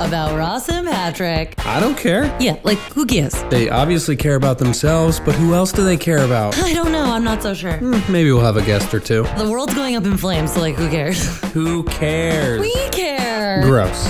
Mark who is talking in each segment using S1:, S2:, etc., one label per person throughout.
S1: about Ross and Patrick.
S2: I don't care.
S1: Yeah, like who gives?
S2: They obviously care about themselves, but who else do they care about? Hmm,
S1: I don't know. I'm not so sure.
S2: Maybe we'll have a guest or two.
S1: The world's going up in flames, so like who cares?
S2: Who cares?
S1: We care.
S2: Gross.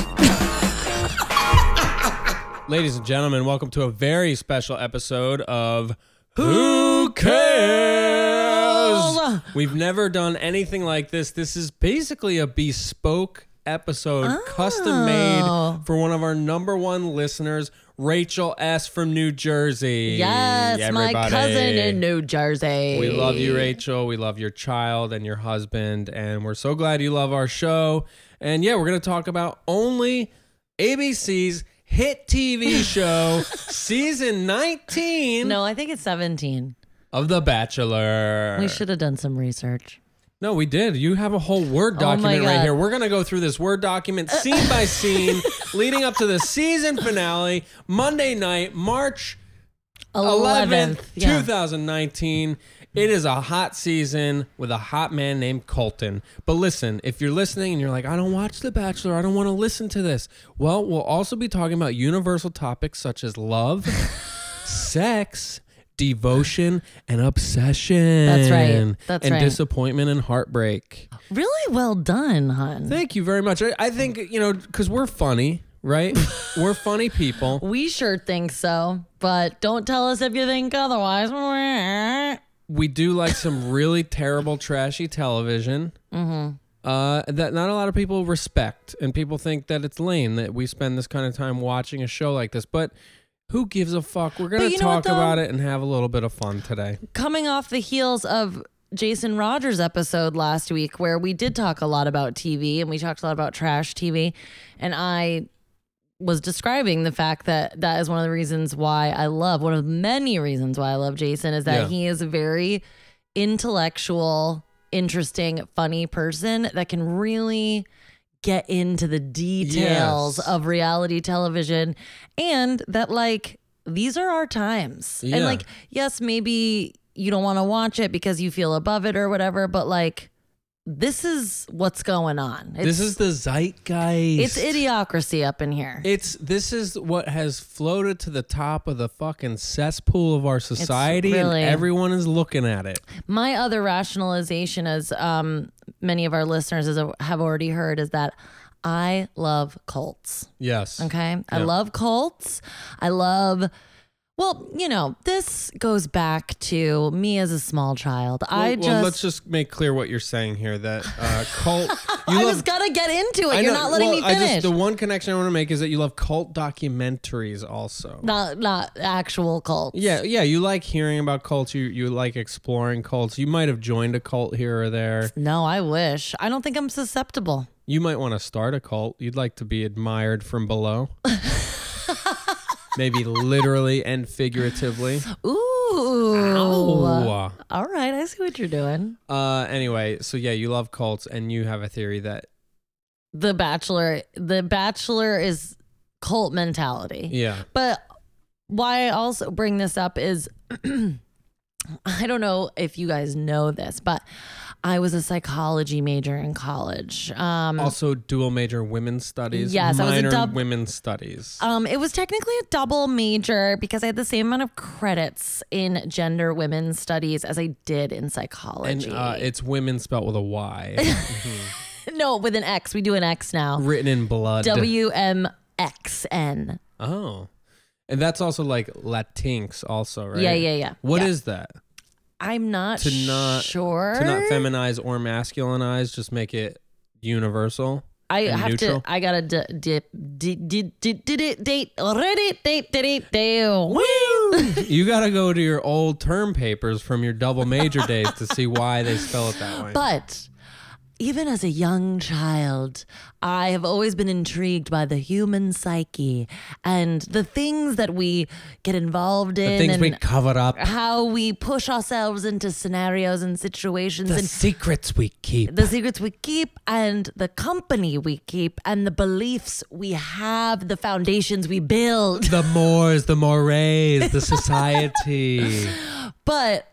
S2: Ladies and gentlemen, welcome to a very special episode of Who Cares? We've never done anything like this. This is basically a bespoke episode,
S1: Oh.
S2: custom made for one of our number one listeners, Rachel S. from New Jersey.
S1: Yes, my
S2: Everybody.
S1: cousin in New Jersey.
S2: We love you, Rachel. We love your child and your husband. And we're so glad you love our show. And yeah, we're going to talk about only ABC's hit TV show, season 19
S1: No, I think it's 17.
S2: of The Bachelor.
S1: We should have done some research.
S2: No, we did. You have a whole Word
S1: Oh my
S2: document right
S1: God.
S2: here. We're going to go through this Word document scene by scene leading up to the season finale, Monday night, March 11th,
S1: 11th. Yeah.
S2: 2019. It is a hot season with a hot man named Colton. But listen, if you're listening and you're like, I don't watch The Bachelor, I don't want to listen to this. Well, we'll also be talking about universal topics such as love, sex, devotion, and obsession.
S1: That's right. That's
S2: and
S1: right.
S2: disappointment and heartbreak.
S1: Really well done, hon.
S2: Thank you very much. I, I think, you know, because we're funny, right? we're funny people.
S1: We sure think so, but don't tell us if you think otherwise.
S2: we do like some really terrible, trashy television.
S1: Mm-hmm.
S2: Uh, that not a lot of people respect, and people think that it's lame that we spend this kind of time watching a show like this. But who gives a fuck? We're gonna
S1: you know what,
S2: talk
S1: though?
S2: about it and have a little bit of fun today.
S1: Coming off the heels of Jason Rogers' episode last week, where we did talk a lot about TV and we talked a lot about trash TV, and I was describing the fact that that is one of the reasons why I love one of many reasons why I love Jason is that
S2: Yeah.
S1: he is a very intellectual, interesting, funny person that can really get into the details
S2: Yes.
S1: of reality television and that like these are our times. And
S2: Yeah.
S1: like yes, maybe you don't want to watch it because you feel above it or whatever, but like this is what's going on. It's,
S2: this is the zeitgeist.
S1: it's idiocracy up in here.
S2: It's this is what has floated to the top of the fucking cesspool of our society,
S1: really-
S2: and everyone is looking at it.
S1: My other rationalization, as um, many of our listeners is, uh, have already heard, is that I love cults.
S2: Yes.
S1: Okay. I
S2: Yeah.
S1: love cults. I love, well, you know, this goes back to me as a small child. I
S2: Well,
S1: just.
S2: Oh, well, let's just make clear what you're saying here. That uh, cult. You
S1: I
S2: love
S1: was gonna get into it.
S2: I
S1: You're
S2: know-
S1: not letting
S2: well,
S1: me finish.
S2: I just, the one connection I want to make is that you love cult documentaries also.
S1: not not actual cults.
S2: Yeah, yeah, you like hearing about cults. You you like exploring cults. You might have joined a cult here or there.
S1: No, I wish. I don't think I'm susceptible.
S2: You might want to start a cult. You'd like to be admired from below. Maybe literally and figuratively.
S1: Ooh.
S2: Ooh.
S1: All right. I see what you're doing.
S2: Uh anyway, so yeah, you love cults and you have a theory that
S1: The Bachelor. The Bachelor is cult mentality.
S2: yeah.
S1: But why I also bring this up is I don't know if you guys know this, but I was a psychology major in college. Um,
S2: Also dual major women's studies.
S1: Yes, I was a
S2: minor
S1: dub-
S2: women's studies.
S1: um, it was technically a double major because I had the same amount of credits in gender women's studies as I did in
S2: and
S1: psychology.
S2: uh, it's women spelt with a Y.
S1: no, with an X. We do an X now.
S2: written in blood.
S1: W M X N.
S2: Oh. And that's also like Latinx also, right?
S1: Yeah, yeah, yeah.
S2: What
S1: Yeah.
S2: is that?
S1: I'm not,
S2: To not-
S1: sure.
S2: To not feminize or masculinize, just make it universal.
S1: I
S2: and
S1: have
S2: neutral?
S1: to. I gotta d- dip. Did did did did date already? Date date date.
S2: you got to go to your old term papers from your double major days to see why they spell it that way.
S1: But even as a young child, I have always been intrigued by the human psyche and the things that we get involved in,
S2: the things
S1: and
S2: we cover up,
S1: how we push ourselves into scenarios and situations,
S2: the
S1: and
S2: secrets we keep.
S1: the secrets we keep and the company we keep and the beliefs we have, the foundations we build.
S2: The mores, the mores, the society.
S1: But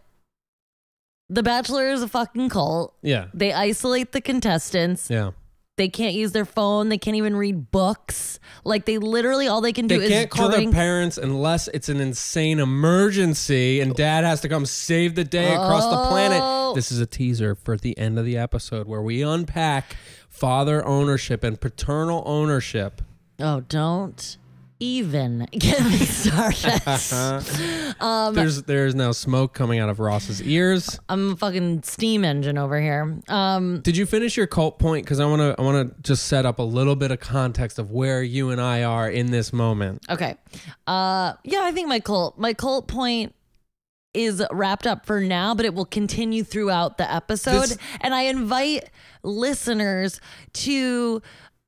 S1: The Bachelor is a fucking cult.
S2: Yeah.
S1: They isolate the contestants.
S2: Yeah.
S1: They can't use their phone. They can't even read books. Like they literally all they can do
S2: They
S1: is
S2: can't call
S1: drink.
S2: their parents unless it's an insane emergency and dad has to come save the day across the
S1: Oh.
S2: planet. This is a teaser for the end of the episode where we unpack father ownership and paternal ownership.
S1: oh, don't even get me started. Um,
S2: there's there's now smoke coming out of Ross's ears.
S1: I'm a fucking steam engine over here. Um,
S2: Did you finish your cult point cuz I want to I want to just set up a little bit of context of where you and I are in this moment.
S1: okay. Uh, yeah, I think my cult, my cult point is wrapped up for now, but it will continue throughout the episode.
S2: This-
S1: and I invite listeners to,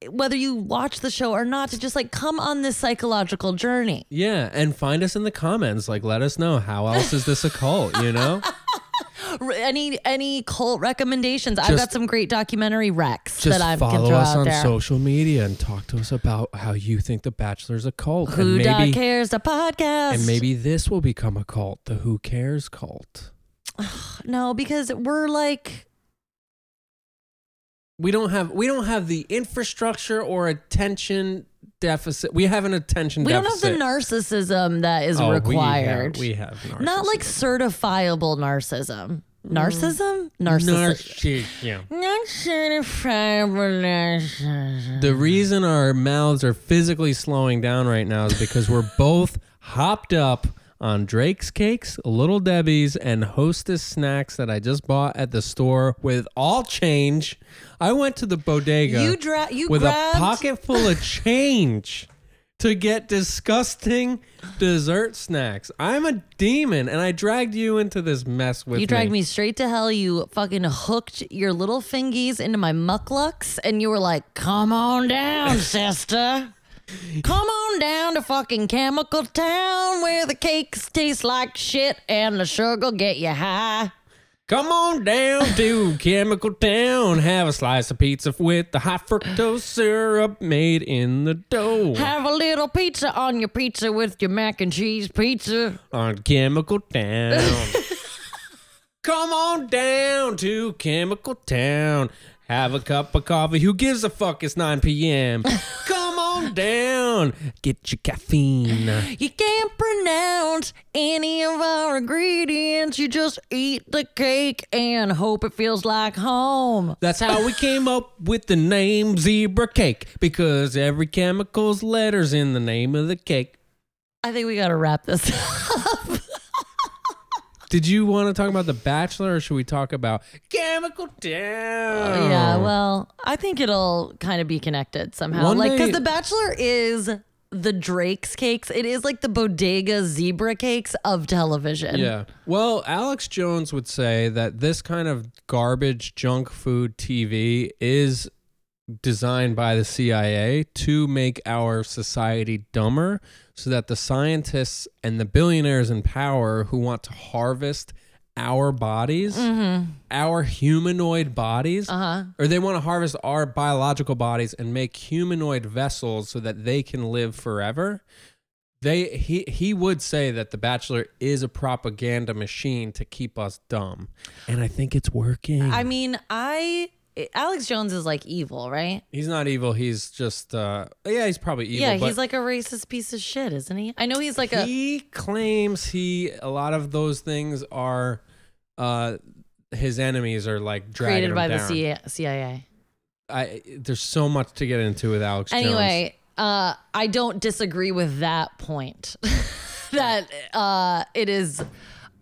S1: whether you watch the show or not, to just like come on this psychological journey.
S2: Yeah, and find us in the comments like let us know how else is this a cult, you know?
S1: R- Any any cult recommendations? I've
S2: Just-
S1: got some great documentary recs
S2: Just
S1: that I can
S2: follow
S1: throw
S2: us
S1: out
S2: on
S1: there.
S2: social media and talk to us about how you think the Bachelor's a cult,
S1: Who
S2: and
S1: da
S2: maybe
S1: cares? The podcast.
S2: and maybe this will become a cult, the Who Cares cult.
S1: no, because we're like
S2: We don't have we don't have the infrastructure or attention deficit. We have an attention
S1: we
S2: deficit.
S1: don't have the narcissism that is
S2: Oh, we have-
S1: required.
S2: We have, narcissism.
S1: Not like certifiable narcissism. Narcissism? Narcissism.
S2: narcissism.
S1: Mm. Not certifiable narcissism.
S2: The reason our mouths are physically slowing down right now is because we're both hopped up on Drake's cakes, Little Debbie's, and Hostess snacks that I just bought at the store with all change. I went to the bodega
S1: You dra- you
S2: with
S1: grabbed-
S2: a pocket full of change to get disgusting dessert snacks. I'm a demon, and I dragged you into this mess with
S1: You dragged me straight to hell. You fucking hooked your little fingies into my mucklucks and you were like, come on down, sister. Come on down to fucking chemical town where the cakes taste like shit and the sugar'll get you high.
S2: Come on down to Chemical Town. Have a slice of pizza with the high fructose syrup made in the dough.
S1: Have a little pizza on your pizza with your mac and cheese pizza.
S2: On Chemical Town. Come on down to Chemical Town. Have a cup of coffee. Who gives a fuck? It's 9 p.m. Come on down. Get your caffeine.
S1: You can't pronounce any of our ingredients. You just eat the cake and hope it feels like home.
S2: That's how we came up with the name Zebra Cake because every chemical's letters in the name of the cake.
S1: I think we gotta wrap this
S2: Did you want to talk about The Bachelor or should we talk about Chemical Town?
S1: Yeah, well, I think it'll kind of be connected somehow.
S2: One
S1: like, because
S2: day-
S1: The Bachelor is the Drake's cakes, it is like the bodega zebra cakes of television.
S2: Yeah. Well, Alex Jones would say that this kind of garbage junk food TV is designed by the CIA to make our society dumber so that the scientists and the billionaires in power who want to harvest our bodies, our humanoid bodies, uh-huh. or they want to harvest our biological bodies and make humanoid vessels so that they can live forever. They he he would say that the bachelor is a propaganda machine to keep us dumb. And I think it's working.
S1: I mean, I. Alex Jones is like evil, right?
S2: He's not evil. He's just uh yeah, he's probably evil.
S1: Yeah,
S2: but
S1: he's like a racist piece of shit, isn't he? I know he's like a
S2: he claims he a lot of those things are uh his enemies are like dragging
S1: created
S2: him
S1: by the
S2: down.
S1: C- CIA.
S2: I there's so much to get into with Alex Jones.
S1: Anyway, uh, I don't disagree with that point. that uh, it is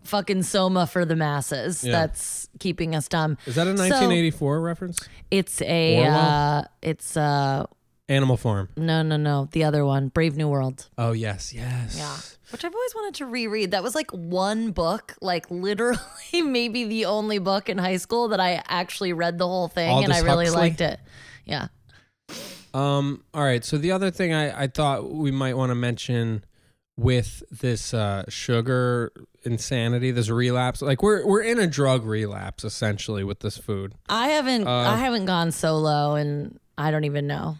S1: fucking soma for the masses that's keeping us dumb.
S2: Is that a
S1: So,
S2: 1984 reference?
S1: it's a uh,
S2: Orwell?
S1: it's uh
S2: Animal Farm.
S1: no no no the other one Brave New World.
S2: Oh yes, yes.
S1: Which I've always wanted to reread. That was like one book, like literally maybe the only book in high school that I actually read the whole thing and I
S2: Aldous
S1: really
S2: Huxley?
S1: liked it. Yeah.
S2: Um, all right. So the other thing I, I thought we might want to mention with this uh, sugar insanity, this relapse, like we're we're in a drug relapse essentially with this food.
S1: I haven't
S2: Uh,
S1: I haven't gone solo and I don't even know.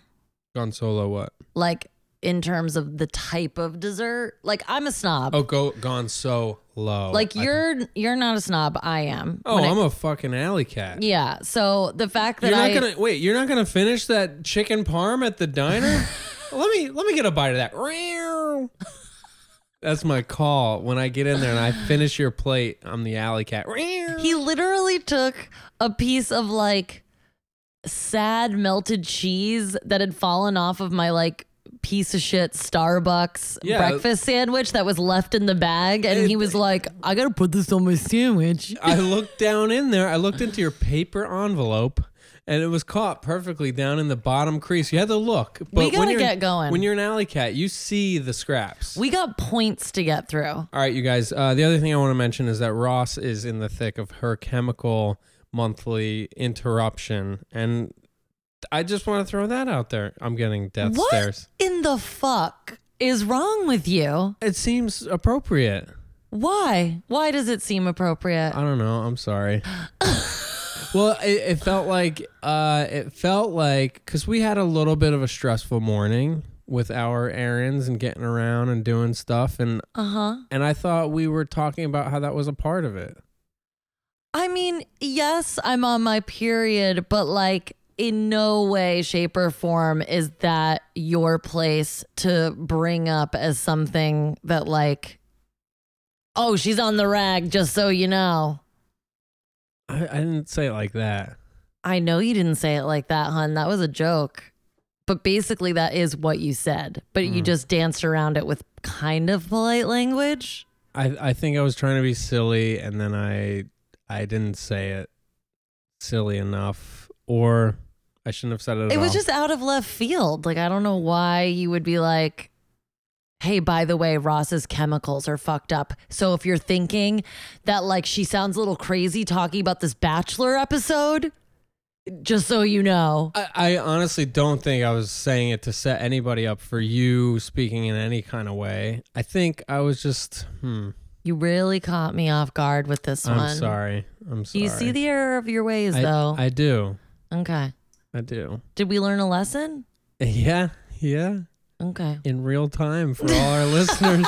S2: Gone solo, what?
S1: Like in terms of the type of dessert. Like I'm a snob.
S2: Oh, go gone so low.
S1: Like
S2: I-
S1: you're you're not a snob. I am.
S2: oh,
S1: When it-
S2: I'm a fucking alley cat.
S1: yeah. So the fact that
S2: You're not
S1: I
S2: gonna wait. You're not gonna finish that chicken parm at the diner. let me let me get a bite of that. Meow. That's my call when I get in there and I finish your plate. I'm the alley cat. Meow.
S1: he literally took a piece of like sad melted cheese that had fallen off of my like piece of shit Starbucks
S2: Yeah.
S1: breakfast sandwich that was left in the bag and he was like, I gotta put this on my sandwich.
S2: I looked down in there. I looked into your paper envelope, and it was caught perfectly down in the bottom crease. You had to look. But when
S1: gotta
S2: you're,
S1: get going.
S2: When you're an alley cat, you see the scraps.
S1: We got points to get through.
S2: All right, you guys. Uh, the other thing I want to mention is that Ross is in the thick of her chemical monthly interruption, and I just want to throw that out there. I'm getting death
S1: What
S2: stares.
S1: in the fuck is wrong with you?
S2: It seems appropriate.
S1: Why? Why does it seem appropriate?
S2: I don't know. I'm sorry. well, it, it felt like uh, it felt like because we had a little bit of a stressful morning with our errands and getting around and doing stuff, and
S1: Uh huh.
S2: and I thought we were talking about how that was a part of it.
S1: I mean, yes, I'm on my period, but like in no way, shape, or form is that your place to bring up as something that, like, oh, she's on the rag, just so you know.
S2: I, I didn't say it like that.
S1: I know you didn't say it like that, hun. That was a joke. But basically, that is what you said, but you just danced around it with kind of polite language.
S2: I I think I was trying to be silly and then I I didn't say it silly enough or I shouldn't have said it at
S1: It was
S2: all.
S1: just out of left field. Like I don't know why you would be like, "Hey, by the way, Ross's chemicals are fucked up." So if you're thinking that like she sounds a little crazy talking about this bachelor episode, just so you know.
S2: I, I honestly don't think I was saying it to set anybody up for you speaking in any kind of way. I think I was just hmm
S1: You really caught me off guard with this
S2: I'm
S1: one.
S2: sorry. I'm
S1: Do
S2: sorry.
S1: you see the error of your ways
S2: I,
S1: though?
S2: I do.
S1: okay.
S2: I do.
S1: Did we learn a lesson?
S2: Yeah. Yeah.
S1: Okay.
S2: In real time for all our listeners.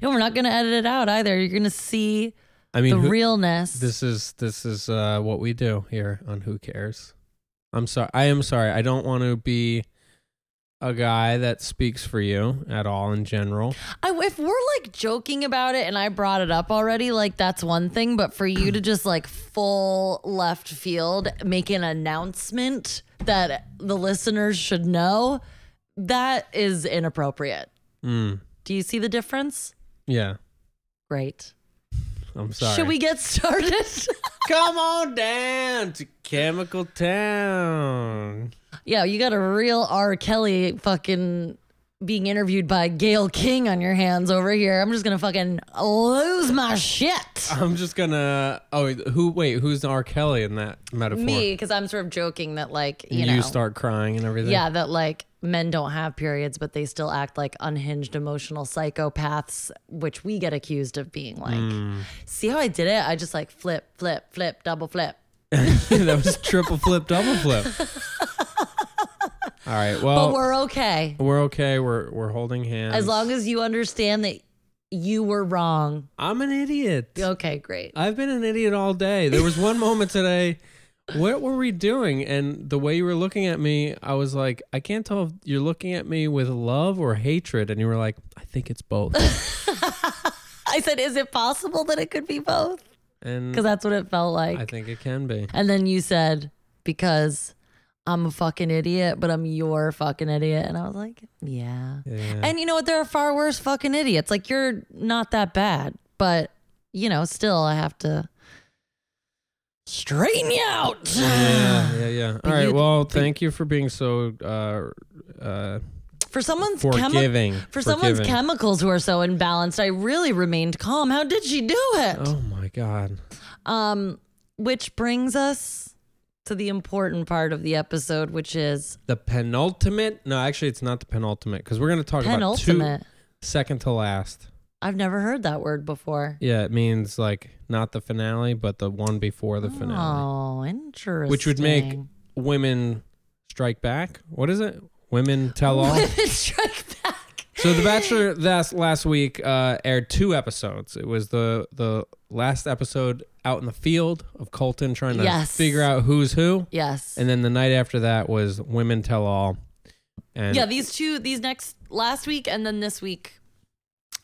S1: And we're not gonna edit it out either. You're gonna see
S2: I mean
S1: the
S2: who-
S1: realness.
S2: This is this is uh, what we do here on Who Cares. I'm sorry. I am sorry. I don't want to be a guy that speaks for you at all in general.
S1: I, if we're like joking about it and I brought it up already, like that's one thing. But for you to just like full left field make an announcement that the listeners should know, that is inappropriate.
S2: Mm,
S1: Do you see the difference?
S2: yeah,
S1: Great.
S2: I'm sorry.
S1: Should we get started?
S2: come on down to Chemical Town?
S1: yeah, you got a real R. Kelly fucking being interviewed by Gail King on your hands over here. I'm just gonna fucking lose my shit.
S2: I'm just gonna. Oh, who? Wait, who's R. Kelly in that metaphor?
S1: Me, because I'm sort of joking that like you,
S2: You,
S1: know
S2: start crying and everything.
S1: Yeah, that like men don't have periods, but they still act like unhinged emotional psychopaths, which we get accused of being like.
S2: Mm.
S1: See how I did it? I just like flip, flip, flip, double flip.
S2: that was triple flip, double flip. All right.
S1: But
S2: Well,
S1: we're okay.
S2: we're okay. We're we're holding hands.
S1: As long as you understand that you were wrong.
S2: I'm an idiot.
S1: Okay, great.
S2: I've been an idiot all day. There was one moment today. What were we doing? And the way you were looking at me, I was like, I can't tell if you're looking at me with love or hatred. And you were like, I think it's both.
S1: I said, is it possible that it could be both? Because
S2: And
S1: that's what it felt like.
S2: I think it can be.
S1: and then you said, because I'm a fucking idiot, but I'm your fucking idiot. And I was like, yeah.
S2: Yeah.
S1: And you know what? There are far worse fucking idiots. Like you're not that bad, but you know, still I have to straighten you out.
S2: yeah, yeah, yeah. All right.
S1: you-
S2: Well, thank you for being so uh, uh,
S1: For someone's chemi-
S2: forgiving.
S1: for someone's
S2: Forgiving.
S1: chemicals who are so imbalanced, I really remained calm. How did she do it?
S2: Oh my God.
S1: Um, which brings us to the important part of the episode, which is
S2: The penultimate. No, actually, it's not the penultimate because we're going to talk about
S1: penultimate.
S2: two second to last.
S1: I've never heard that word before.
S2: Yeah, it means like not the finale, but the one before the finale,
S1: Oh, interesting.
S2: which would make women strike back. What is it? Women tell all.
S1: Women strike back.
S2: So The Bachelor last last week uh, aired two episodes. It was the the last episode out in the field of Colton trying to
S1: Yes.
S2: figure out who's who,
S1: Yes.
S2: and then the night after that was Women Tell All. And
S1: yeah, these two, these next last week and then this week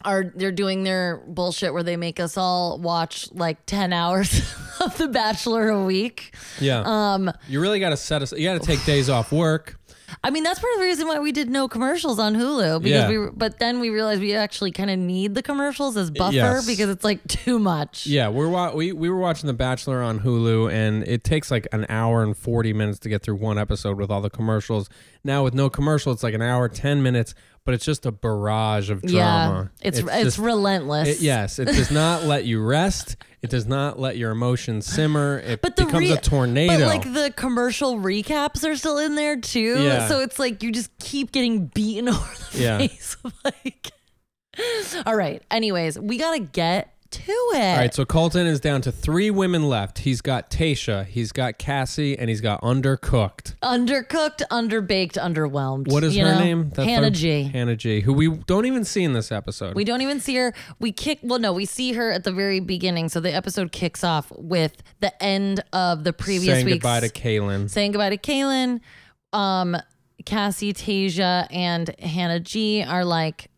S1: are they're doing their bullshit where they make us all watch like 10 hours of The Bachelor a week.
S2: yeah.
S1: Um
S2: you really got to set us. You got to take days off work.
S1: I mean that's part of the reason why we did no commercials on Hulu because
S2: Yeah.
S1: we were- but then we realized we actually kind of need the commercials as buffer
S2: Yes.
S1: because it's like too much.
S2: Yeah, we're wa- we we were watching The Bachelor on Hulu, and it takes like an hour and forty minutes to get through one episode with all the commercials. Now with no commercial, it's like an hour ten minutes, but it's just a barrage of drama.
S1: Yeah. It's it's,
S2: just-
S1: relentless.
S2: it- yes, it does not let you rest. It does not let your emotions simmer. It
S1: But the
S2: becomes
S1: re-
S2: a tornado.
S1: But like the commercial recaps are still in there too.
S2: Yeah.
S1: So it's like you just keep getting beaten over the
S2: Yeah.
S1: face. Like, all right. Anyways, we gotta get to it.
S2: all right, so Colton is down to three women left. He's got Tasha, he's got Cassie, and he's got Undercooked.
S1: Undercooked, underbaked, underwhelmed.
S2: What is
S1: you
S2: her
S1: know?
S2: name? That
S1: Hannah
S2: third-
S1: G.
S2: Hannah G. Who we don't even see in this episode.
S1: we don't even see her. We kick. Well, no, we see her at the very beginning. So the episode kicks off with the end of the previous
S2: saying
S1: week's
S2: goodbye to Kaylin.
S1: saying goodbye to Kaylin. Um, Cassie, Tasia, and Hannah G are like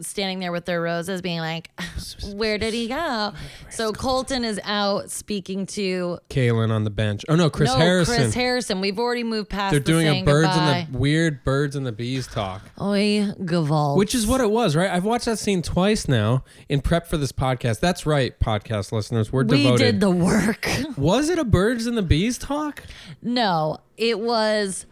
S1: standing there with their roses, being like, Where did he go? So Colton is out speaking to
S2: Kaylin on the bench. Oh no, Chris
S1: no,
S2: Harrison.
S1: Chris Harrison. We've already moved past
S2: They're
S1: the
S2: doing a
S1: saying
S2: birds
S1: goodbye.
S2: and the weird birds and the bees talk,
S1: Oy Gavald.
S2: which is what it was, right? I've watched that scene twice now in prep for this podcast. That's right, podcast listeners, we're
S1: we
S2: devoted.
S1: did the work.
S2: was it a birds and the bees talk?
S1: No, it was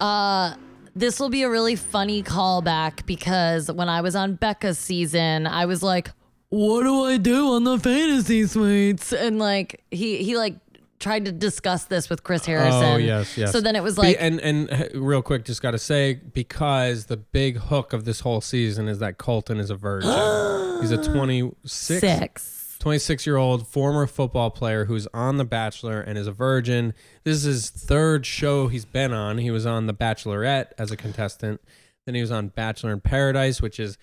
S1: uh this will be a really funny callback because when I was on Becca's season, I was like, "What do I do on the fantasy suites?" And like he he like tried to discuss this with Chris Harrison.
S2: Oh yes, yes.
S1: So then it was
S2: Be-
S1: like,
S2: and and uh, real quick, just got to say because the big hook of this whole season is that Colton is a virgin. He's a twenty six.
S1: six.
S2: 26 year old former football player who's on The Bachelor and is a virgin. This is his third show he's been on. He was on The Bachelorette as a contestant. Then he was on Bachelor in Paradise, which is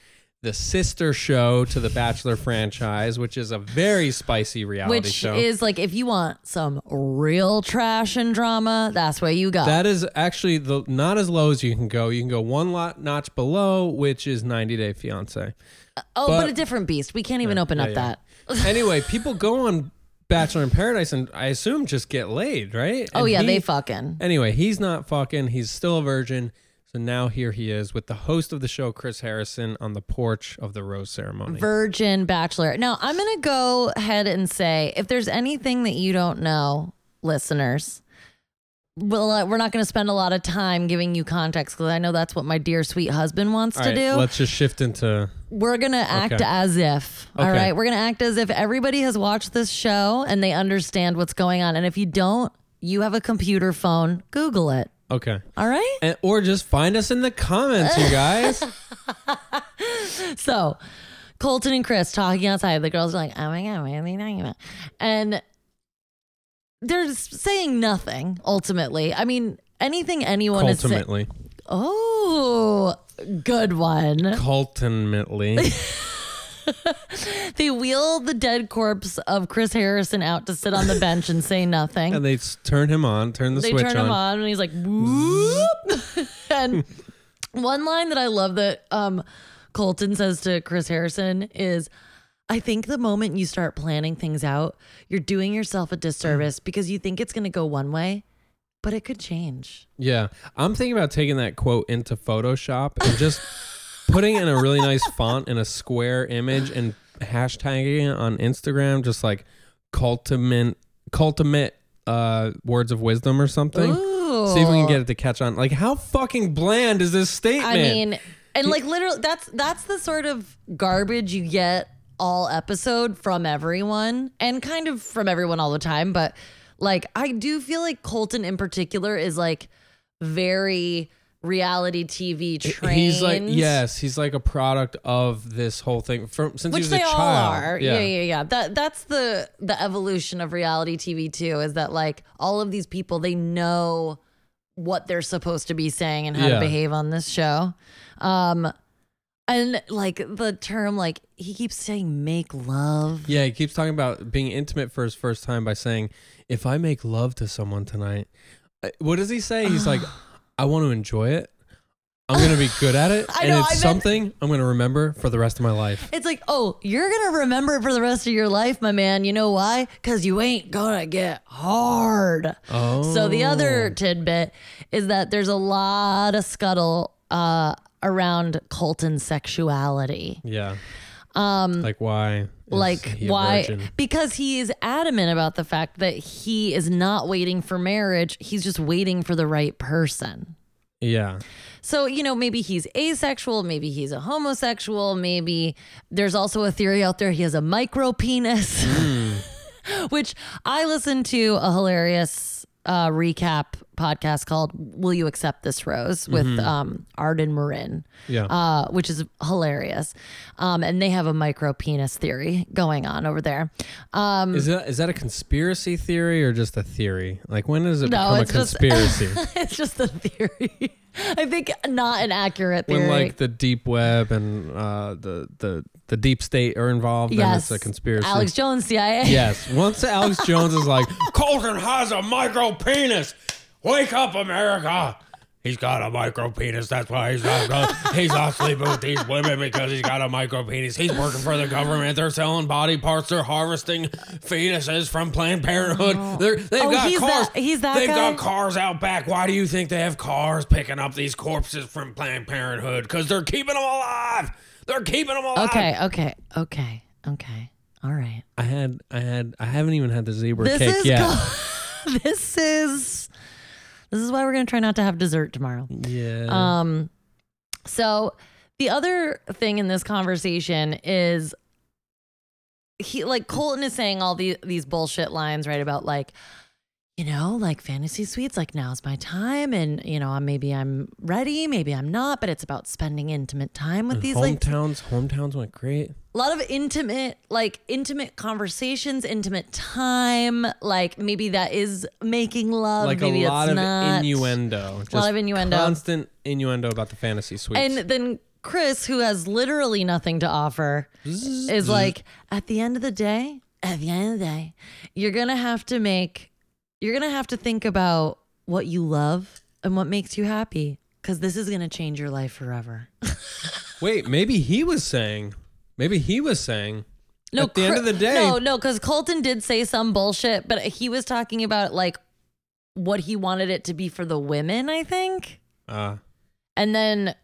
S2: the sister show to The Bachelor franchise, which is a very spicy reality
S1: Which
S2: show.
S1: is like, if you want some real trash and drama, that's what you got.
S2: that is actually the not as low as you can go. You can go one lot notch below, which is 90 Day Fiance.
S1: oh, but,
S2: but-
S1: a different beast. We can't even open up
S2: yeah.
S1: that.
S2: anyway, people go on Bachelor in Paradise and I assume just get laid, right?
S1: Oh
S2: And
S1: yeah,
S2: he-
S1: they fucking.
S2: Anyway, he's not fucking. He's still a virgin. So now here he is with the host of the show, Chris Harrison, on the porch of the rose ceremony.
S1: Virgin Bachelor. Now, I'm going to go ahead and say if there's anything that you don't know, listeners, well, uh, we're not going to spend a lot of time giving you context because I know that's what my dear sweet husband wants
S2: All
S1: to
S2: right,
S1: do.
S2: let's just shift into.
S1: We're going to act
S2: Okay.
S1: as if, all
S2: Okay.
S1: right? We're going to act as if everybody has watched this show and they understand what's going on. And if you don't, you have a computer phone, Google it,
S2: Okay.
S1: all right?
S2: And, or just find us in the comments, you guys.
S1: So Colton and Chris talking outside. The girls are like, oh my God, what are they talking about? And they're just saying nothing ultimately. I mean, anything anyone is saying.
S2: Ultimately.
S1: Oh, good one.
S2: Ultimately.
S1: They wheel the dead corpse of Chris Harrison out to sit on the bench and say nothing.
S2: and they s- turn him on, turn the
S1: they
S2: switch
S1: turn
S2: on.
S1: him on and he's like whoop and one line that i love that um colton says to chris harrison is i think the moment you start planning things out you're doing yourself a disservice because you think it's going to go one way but it could change
S2: Yeah. I'm thinking about taking that quote into Photoshop and just putting it in a really nice font in a square image and hashtagging it on Instagram, just like cultimate, cultimate uh, words of wisdom or something. See if we can get it to catch on. Like, how fucking bland is this statement?
S1: i mean and like literally that's that's the sort of garbage you get all episode from everyone and kind of from everyone all the time but like i do feel like colton in particular is like very reality tv trained
S2: he's like, yes, he's like a product of this whole thing from since he
S1: which
S2: was
S1: they
S2: a
S1: all
S2: child.
S1: are yeah. yeah yeah that that's the the evolution of reality tv too is that like all of these people they know what they're supposed to be saying and how
S2: Yeah.
S1: to behave on this show um and like the term like he keeps saying make love.
S2: Yeah, he keeps talking about being intimate for his first time by saying, "If I make love to someone tonight, I- what does he say?" He's like, "I want to enjoy it. I'm gonna be good at it,
S1: I
S2: and
S1: know,
S2: it's
S1: I meant-
S2: something I'm gonna remember for the rest of my life."
S1: It's like, oh, you're gonna remember it for the rest of your life, my man. You know why? Cause you ain't gonna get hard.
S2: Oh,
S1: So the other tidbit is that there's a lot of scuttle uh, around Colton sexuality.
S2: yeah, um, like why? is
S1: like
S2: he a
S1: why
S2: virgin?
S1: because he is adamant about the fact that he is not waiting for marriage he's just waiting for the right person
S2: Yeah,
S1: so you know maybe he's asexual maybe he's a homosexual maybe there's also a theory out there he has a micro penis which i listened to a hilarious uh, recap podcast called will you accept this rose with
S2: Mm-hmm.
S1: um, arden marin
S2: yeah.
S1: uh, which is hilarious. Um, and they have a micro penis theory going on over there. Um,
S2: is that is that a conspiracy theory or just a theory? Like when does it
S1: No,
S2: become a
S1: it's just-
S2: conspiracy?
S1: it's just a theory. I think not an accurate theory.
S2: when like the deep web and uh, the the the deep state are involved, then it's
S1: yes,
S2: a conspiracy.
S1: Alex Jones, CIA.
S2: Yes. Once Alex Jones is like, Colton has a micro penis. Wake up, America. He's got a micro penis. That's why he's not go- he's not sleeping with these women because he's got a micro penis. He's working for the government. They're selling body parts. They're harvesting fetuses from Planned Parenthood. They're, they've
S1: Oh,
S2: got
S1: he's
S2: cars.
S1: that- he's that
S2: they've
S1: guy?
S2: got cars out back. Why do you think they have cars picking up these corpses from Planned Parenthood? Because they're keeping them alive. They're keeping them alive.
S1: Okay. Okay. Okay. Okay. All right.
S2: I had, I had, I haven't even had the zebra
S1: This
S2: cake
S1: is.
S2: yet.
S1: go- this is. This is why we're gonna try not to have dessert tomorrow.
S2: Yeah.
S1: Um, so the other thing in this conversation is he like Colton is saying all these these bullshit lines right about like you know like fantasy suites like now's my time and you know I'm- maybe I'm ready maybe I'm not but it's about spending intimate time with these like
S2: hometowns, hometowns went great.
S1: a lot of intimate like intimate conversations intimate time like maybe that is making love
S2: Like
S1: maybe
S2: a lot
S1: it's
S2: of
S1: not.
S2: innuendo. Just
S1: of innuendo.
S2: Constant innuendo about the fantasy suites.
S1: And then Chris, who has literally nothing to offer, is like, at the end of the day, at the end of the day, you're going to have to make, you're going to have to think about what you love and what makes you happy because this is going to change your life forever.
S2: Wait, maybe he was saying, maybe he was saying,
S1: No,
S2: At the end
S1: Chri-
S2: of the day-
S1: No, no, because Colton did say some bullshit, but he was talking about like what he wanted it to be for the women, I think.
S2: uh,
S1: And then.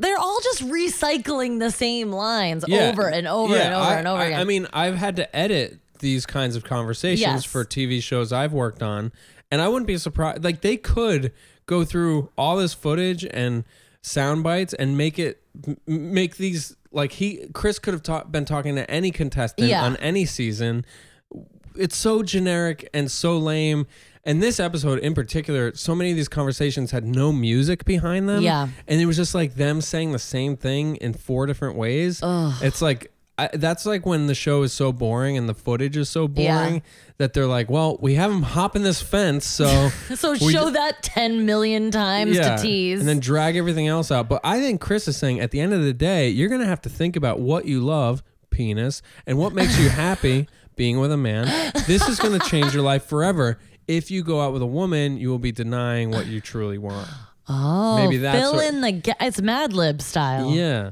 S1: They're all just recycling the same lines
S2: yeah,
S1: over and over
S2: yeah,
S1: and over
S2: I,
S1: and over
S2: I-
S1: again.
S2: I mean, I've had to edit these kinds of conversations
S1: Yes.
S2: for TV shows I've worked on, and I wouldn't be surprised. Like they could go through all this footage and sound bites and make it m- make these like he Chris could have ta- been talking to any contestant
S1: Yeah.
S2: on any season. It's so generic and so lame. And this episode in particular, so many of these conversations had no music behind them.
S1: Yeah.
S2: And it was just like them saying the same thing in four different ways. It's like I, that's like when the show is so boring and the footage is so
S1: Yeah.
S2: boring that they're like, "Well, we have them hopping this fence, so
S1: So
S2: we
S1: show
S2: ju-
S1: that 10 million times to tease.
S2: and then drag everything else out." But I think Chris is saying at the end of the day, you're gonna have to think about what you love, penis, and what makes you happy being with a man. This is gonna change your life forever. If you go out with a woman, you will be denying what you truly want.
S1: oh,
S2: maybe that's
S1: fill
S2: what-
S1: in the ga- It's Mad Lib style.
S2: Yeah.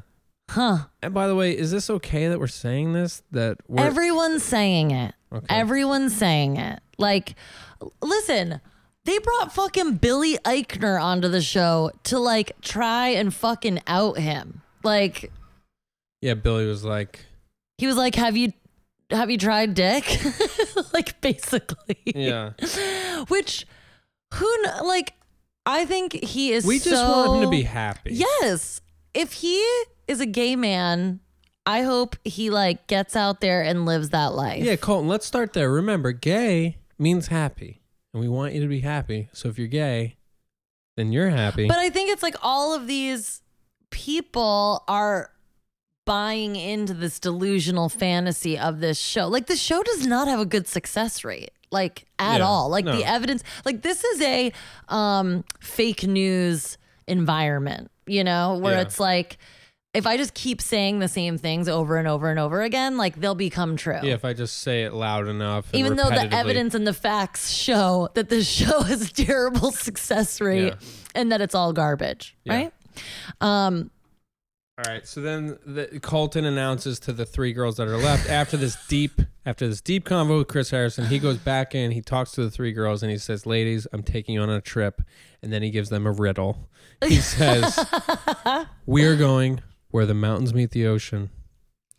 S1: Huh.
S2: And by the way, is this okay that we're saying this? That we're
S1: Everyone's saying it. Everyone's saying it. Like, l- listen, they brought fucking Billy Eichner onto the show to like try and fucking out him. Like,
S2: yeah. Billy was like,
S1: he was like, have you. Have you tried dick? like basically,
S2: yeah.
S1: which who kn- like I think he is.
S2: We just
S1: so-
S2: want him to be happy.
S1: Yes. If he is a gay man, I hope he like gets out there and lives that life.
S2: Yeah, Colton, let's start there. Remember, gay means happy. And we want you to be happy. So if you're gay, then you're happy.
S1: But I think it's like all of these people are buying into this delusional fantasy of this show. Like the show does not have a good success rate. Like at
S2: Yeah,
S1: all. Like
S2: no.
S1: the evidence like this is a um fake news environment, you know, where
S2: Yeah.
S1: it's like if I just keep saying the same things over and over and over again, like they'll become true.
S2: Yeah, if I just say it loud enough. and
S1: Even though the
S2: repetitively.
S1: evidence and the facts show that this show has terrible success rate
S2: Yeah.
S1: and that it's all garbage,
S2: Yeah.
S1: right? Um,
S2: All right. So then the, Colton announces to the three girls that are left after this deep after this deep convo with Chris Harrison, he goes back in, he talks to the three girls and he says, "Ladies, I'm taking you on a trip." And then he gives them a riddle. He says, "We are going where the mountains meet the ocean."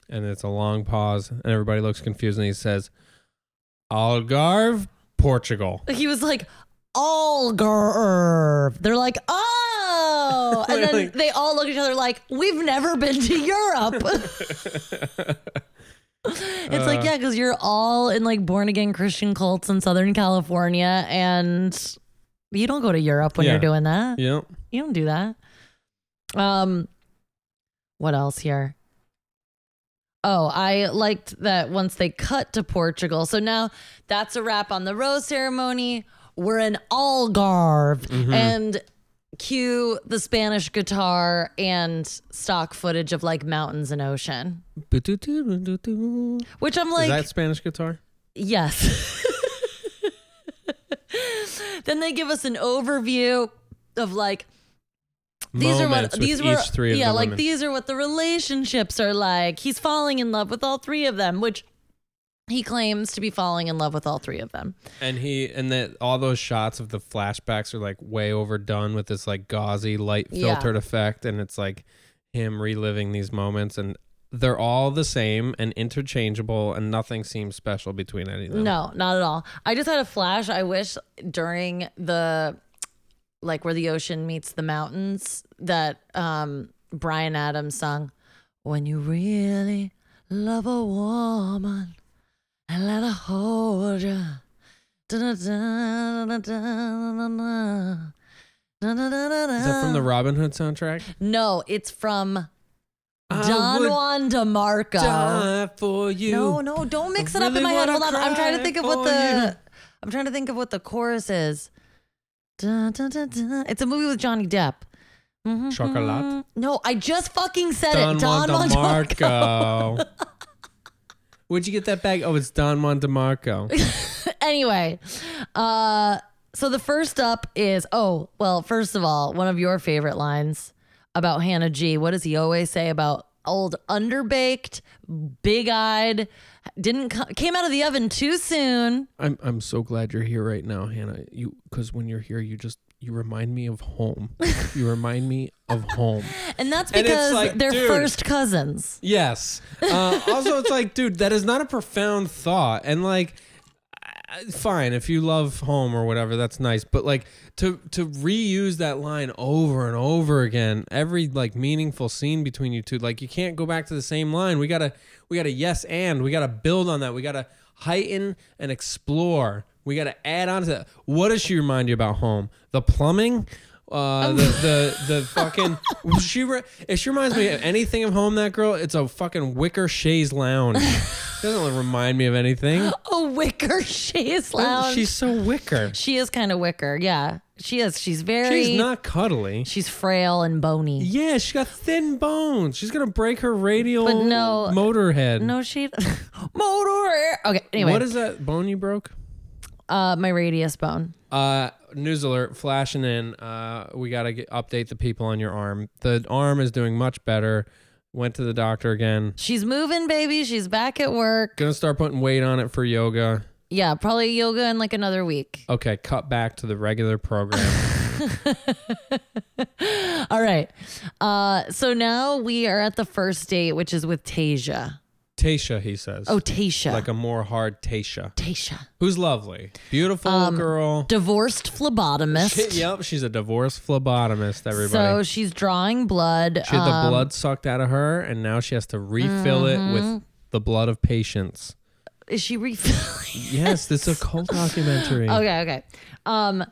S2: And it's a long pause and everybody looks confused and he says, "Algarve, Portugal."
S1: he was like, Algarve. They're like, oh. And then
S2: Like-
S1: they all look at each other like, we've never been to Europe. It's
S2: Uh.
S1: like, yeah, because you're all in like born again Christian cults in Southern California, and you don't go to Europe when
S2: Yeah.
S1: you're doing that.
S2: Yep.
S1: You don't do that. Um, what else here? Oh, I liked that once they cut to Portugal. So now that's a wrap on the rose ceremony. We're in Algarve
S2: Mm-hmm.
S1: and cue the Spanish guitar and stock footage of like mountains and ocean,
S2: Is
S1: which I'm like,
S2: that Spanish guitar?
S1: Yes. then they give us an overview of like these are what
S2: Moments with
S1: these
S2: each
S1: were
S2: three of
S1: yeah
S2: the
S1: like
S2: women.
S1: these are what the relationships are like. He's falling in love with all three of them, which he claims to be falling in love with all three of them.
S2: And he and that all those shots of the flashbacks are like way overdone with this like gauzy light
S1: Yeah.
S2: filtered effect, and it's like him reliving these moments, and they're all the same and interchangeable, and nothing seems special between any of them.
S1: No, not at all. I just had a flash. I wish during the like where the ocean meets the mountains that um Brian Adams sung when you really love a woman and let her hold you. Is
S2: Is that from the Robin Hood soundtrack?
S1: No, it's from
S2: I
S1: Don
S2: would
S1: Juan DeMarco.
S2: die for you.
S1: No, no, don't mix it
S2: I
S1: up in my
S2: really
S1: head.
S2: wanna
S1: Hold on. I'm trying to
S2: cry
S1: think of what
S2: for
S1: the
S2: you.
S1: I'm trying to think of what the chorus is. Dun, dun, dun, dun. It's a movie with Johnny Depp. Mhm,
S2: Chocolat?
S1: mhm. No, I just fucking said
S2: Don
S1: it. Don
S2: Juan
S1: Juan DeMarco.
S2: DeMarco. Where'd you get that bag? Oh, it's Don Juan DeMarco.
S1: anyway, uh, so the first up is oh well. First of all, one of your favorite lines about Hannah G. What does he always say about old underbaked, big-eyed, didn't co- came out of the oven too soon?
S2: I'm I'm so glad you're here right now, Hannah. You because when you're here, you just you remind me of home. you remind me of home.
S1: And that's
S2: And it's
S1: because
S2: like,
S1: they're
S2: dude.
S1: first cousins.
S2: Yes. Uh, also, it's like, dude, that is not a profound thought. And like, I- fine, if you love home or whatever, that's nice. But like, to to reuse that line over and over again, every like meaningful scene between you two, like, you can't go back to the same line. We gotta we gotta yes and we gotta build on that. We gotta heighten and explore. We gotta add on to that. What does she remind you about home? The plumbing. Uh, the, the the fucking she re- if she reminds me of anything of home that girl it's a fucking wicker chaise lounge doesn't really remind me of anything
S1: A wicker chaise lounge.
S2: she's so wicker
S1: she is kind of wicker. Yeah, she is. She's very.
S2: she's not cuddly
S1: She's frail and bony.
S2: yeah she got thin bones she's gonna break her radial
S1: But no-
S2: motor head
S1: No, she. Motor. Okay. Anyway,
S2: what is that bone you broke
S1: uh, my radius bone?
S2: Uh, news alert flashing in. Uh, we got to update the people on your arm. The arm is doing much better. Went to the doctor again.
S1: She's moving, baby. She's back at work.
S2: Gonna start putting weight on it for yoga.
S1: Yeah, probably yoga in like another week.
S2: Okay, cut back to the regular program.
S1: All right. Uh, so now we are at the first date, which is with Tasia.
S2: Tasha, he says.
S1: Oh, Tasia.
S2: like a more hard Tasha,
S1: Tasia.
S2: who's lovely, beautiful
S1: Um,
S2: girl.
S1: Divorced phlebotomist.
S2: yep, she's a divorced phlebotomist.
S1: So
S2: Everybody.
S1: she's drawing blood.
S2: she had the
S1: um,
S2: blood sucked out of her, and now she has to refill it
S1: Mm-hmm.
S2: with the blood of patients.
S1: Uh, Is she refilling?
S2: Yes, this is a cult
S1: Oh,
S2: documentary.
S1: okay, okay. Um,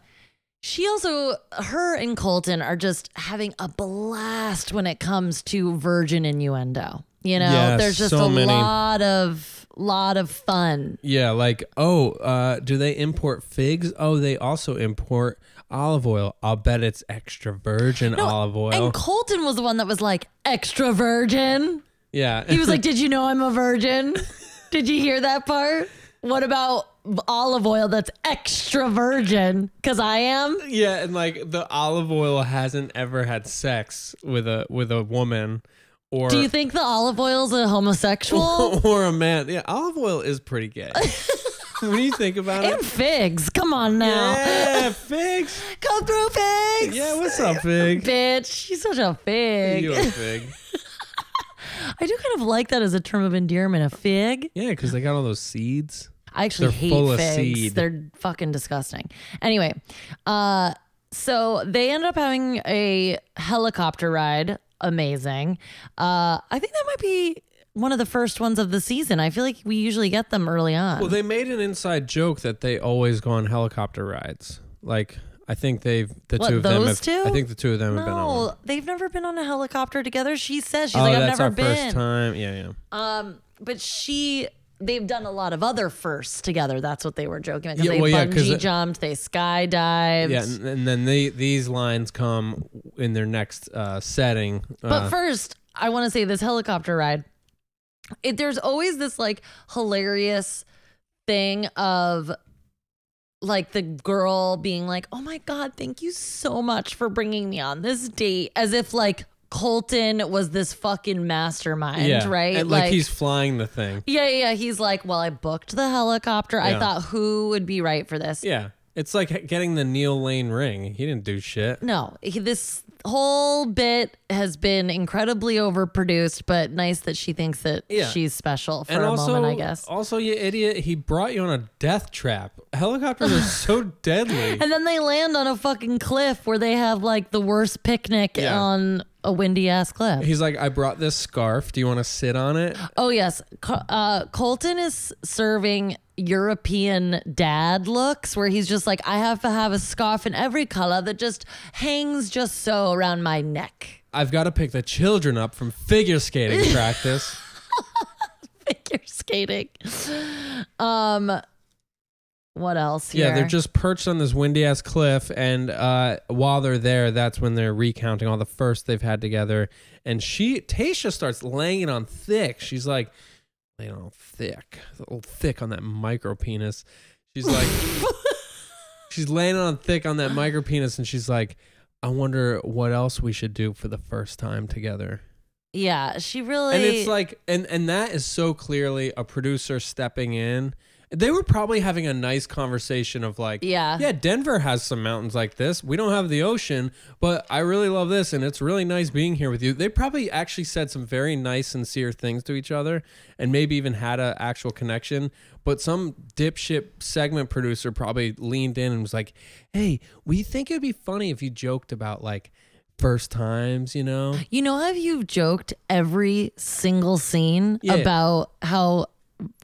S1: she also, her and Colton are just having a blast when it comes to virgin innuendo. You know,
S2: Yes,
S1: there's just
S2: so
S1: a
S2: many.
S1: lot of lot of fun.
S2: Yeah, like, oh, uh, do they import figs? Oh, they also import olive oil. I'll bet it's extra virgin olive oil.
S1: And Colton was the one that was like, extra virgin.
S2: yeah.
S1: He was like, Did you know I'm a virgin? Did you hear that part? What about olive oil that's extra virgin? Because I am.
S2: yeah, and like the olive oil hasn't ever had sex with a with a woman or
S1: Do you think the olive oil's a homosexual?
S2: or a man. Yeah, olive oil is pretty gay. when you think about it.
S1: and figs. Come on now.
S2: Yeah, figs.
S1: Come through, figs.
S2: Yeah, what's up, fig?
S1: Bitch, she's such a fig.
S2: You a fig.
S1: I do kind of like that as a term of endearment. A fig.
S2: Yeah, because they got all those seeds.
S1: I actually
S2: They're
S1: hate
S2: full of
S1: figs.
S2: seed.
S1: They're fucking disgusting. Anyway, uh, so they ended up having a helicopter ride. Amazing. Uh, I think that might be one of the first ones of the season. I feel like we usually get them early on.
S2: Well, they made an inside joke that they always go on helicopter rides. Like I think they've the
S1: What,
S2: two of them.
S1: those
S2: Have,
S1: two?
S2: I think the two of them have been on. one.
S1: no, they've never been on a helicopter together. She says she's
S2: Oh,
S1: like, I've
S2: that's
S1: never
S2: our
S1: been.
S2: first time. Yeah, yeah.
S1: Um, but she, they've done a lot of other firsts together. That's what they were joking about. 'cause
S2: Yeah,
S1: they
S2: well, yeah, 'cause
S1: bungee
S2: it-
S1: jumped, they skydived.
S2: Yeah, and, and then they, these lines come in their next uh, setting.
S1: But
S2: Uh,
S1: first, I want to say this helicopter ride. It, there's always this like hilarious thing of like the girl being like, "Oh my god, thank you so much for bringing me on this date," as if like Colton was this fucking mastermind,
S2: yeah,
S1: right?
S2: and, like, he's flying the thing.
S1: yeah, yeah. yeah. He's like, "Well, I booked the helicopter. I
S2: Yeah.
S1: thought who would be right for this."
S2: Yeah, it's like getting the Neil Lane ring. He didn't do shit.
S1: No, he, this whole bit has been incredibly overproduced, but nice that she thinks that
S2: Yeah.
S1: she's special for
S2: and
S1: a
S2: also,
S1: moment, I guess.
S2: also, you idiot, he brought you on a death trap. Helicopters are so deadly.
S1: And then they land on a fucking cliff where they have like the worst picnic
S2: Yeah.
S1: on a windy ass cliff.
S2: He's like, I brought this scarf. Do you want to sit on it?
S1: Oh, yes. Co- Uh, Colton is serving European dad looks where he's just like, I have to have a scarf in every color that just hangs just so around my neck.
S2: I've got to pick the children up from figure skating practice.
S1: Figure skating. Um, what else here?
S2: Yeah, they're just perched on this windy ass cliff, and uh, while they're there, that's when they're recounting all the firsts they've had together. And she, Tasha, starts laying it on thick. She's like, laying it on thick, a little thick on that micro penis. She's like, she's laying it on thick on that micro penis, and she's like, I wonder what else we should do for the first time together.
S1: Yeah, she really.
S2: and it's like and and that is so clearly a producer stepping in they were probably having a nice conversation of like
S1: Yeah.
S2: yeah denver has some mountains like this we don't have the ocean but i really love this and it's really nice being here with you they probably actually said some very nice sincere things to each other and maybe even had an actual connection but some dipshit segment producer probably leaned in and was like hey we think it'd be funny if you joked about like first times you know
S1: you know how you've joked every single scene
S2: Yeah.
S1: about how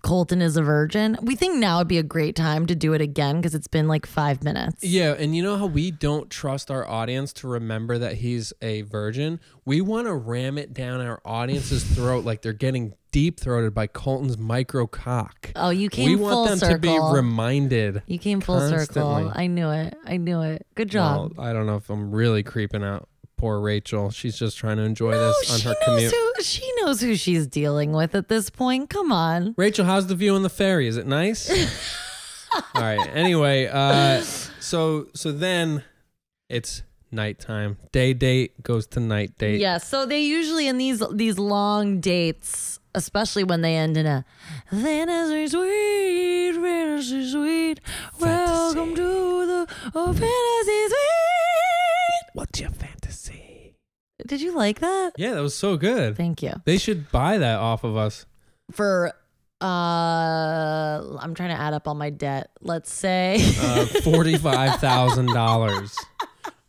S1: Colton is a virgin? We think now would be a great time to do it again because it's been like five minutes.
S2: Yeah, and you know how we don't trust our audience to remember that he's a virgin? We want to ram it down our audience's throat like they're getting deep throated by Colton's micro cock.
S1: Oh, you came
S2: we
S1: full
S2: want them
S1: circle.
S2: to be reminded.
S1: you came full circle.
S2: constantly.
S1: I knew it. I knew it. Good job.
S2: Well, I don't know if I'm really creeping out poor Rachel. She's just trying to enjoy
S1: oh,
S2: this on
S1: she
S2: her
S1: knows
S2: commute.
S1: who she knows who she's dealing with at this point. Come on.
S2: Rachel, how's the view on the ferry? Is it nice? All right. Anyway, uh, so so then it's nighttime. Day date goes to night date.
S1: Yeah, so they usually in these these long dates, especially when they end in a fantasy sweet, fantasy sweet. Welcome to the oh, fantasy
S2: What's your fantasy?
S1: suite. Did you like that?
S2: Yeah, that was so good.
S1: Thank you
S2: They should buy that off of us.
S1: for. Uh, I'm trying to add up all my debt. Let's say
S2: Uh, Forty-five thousand dollars.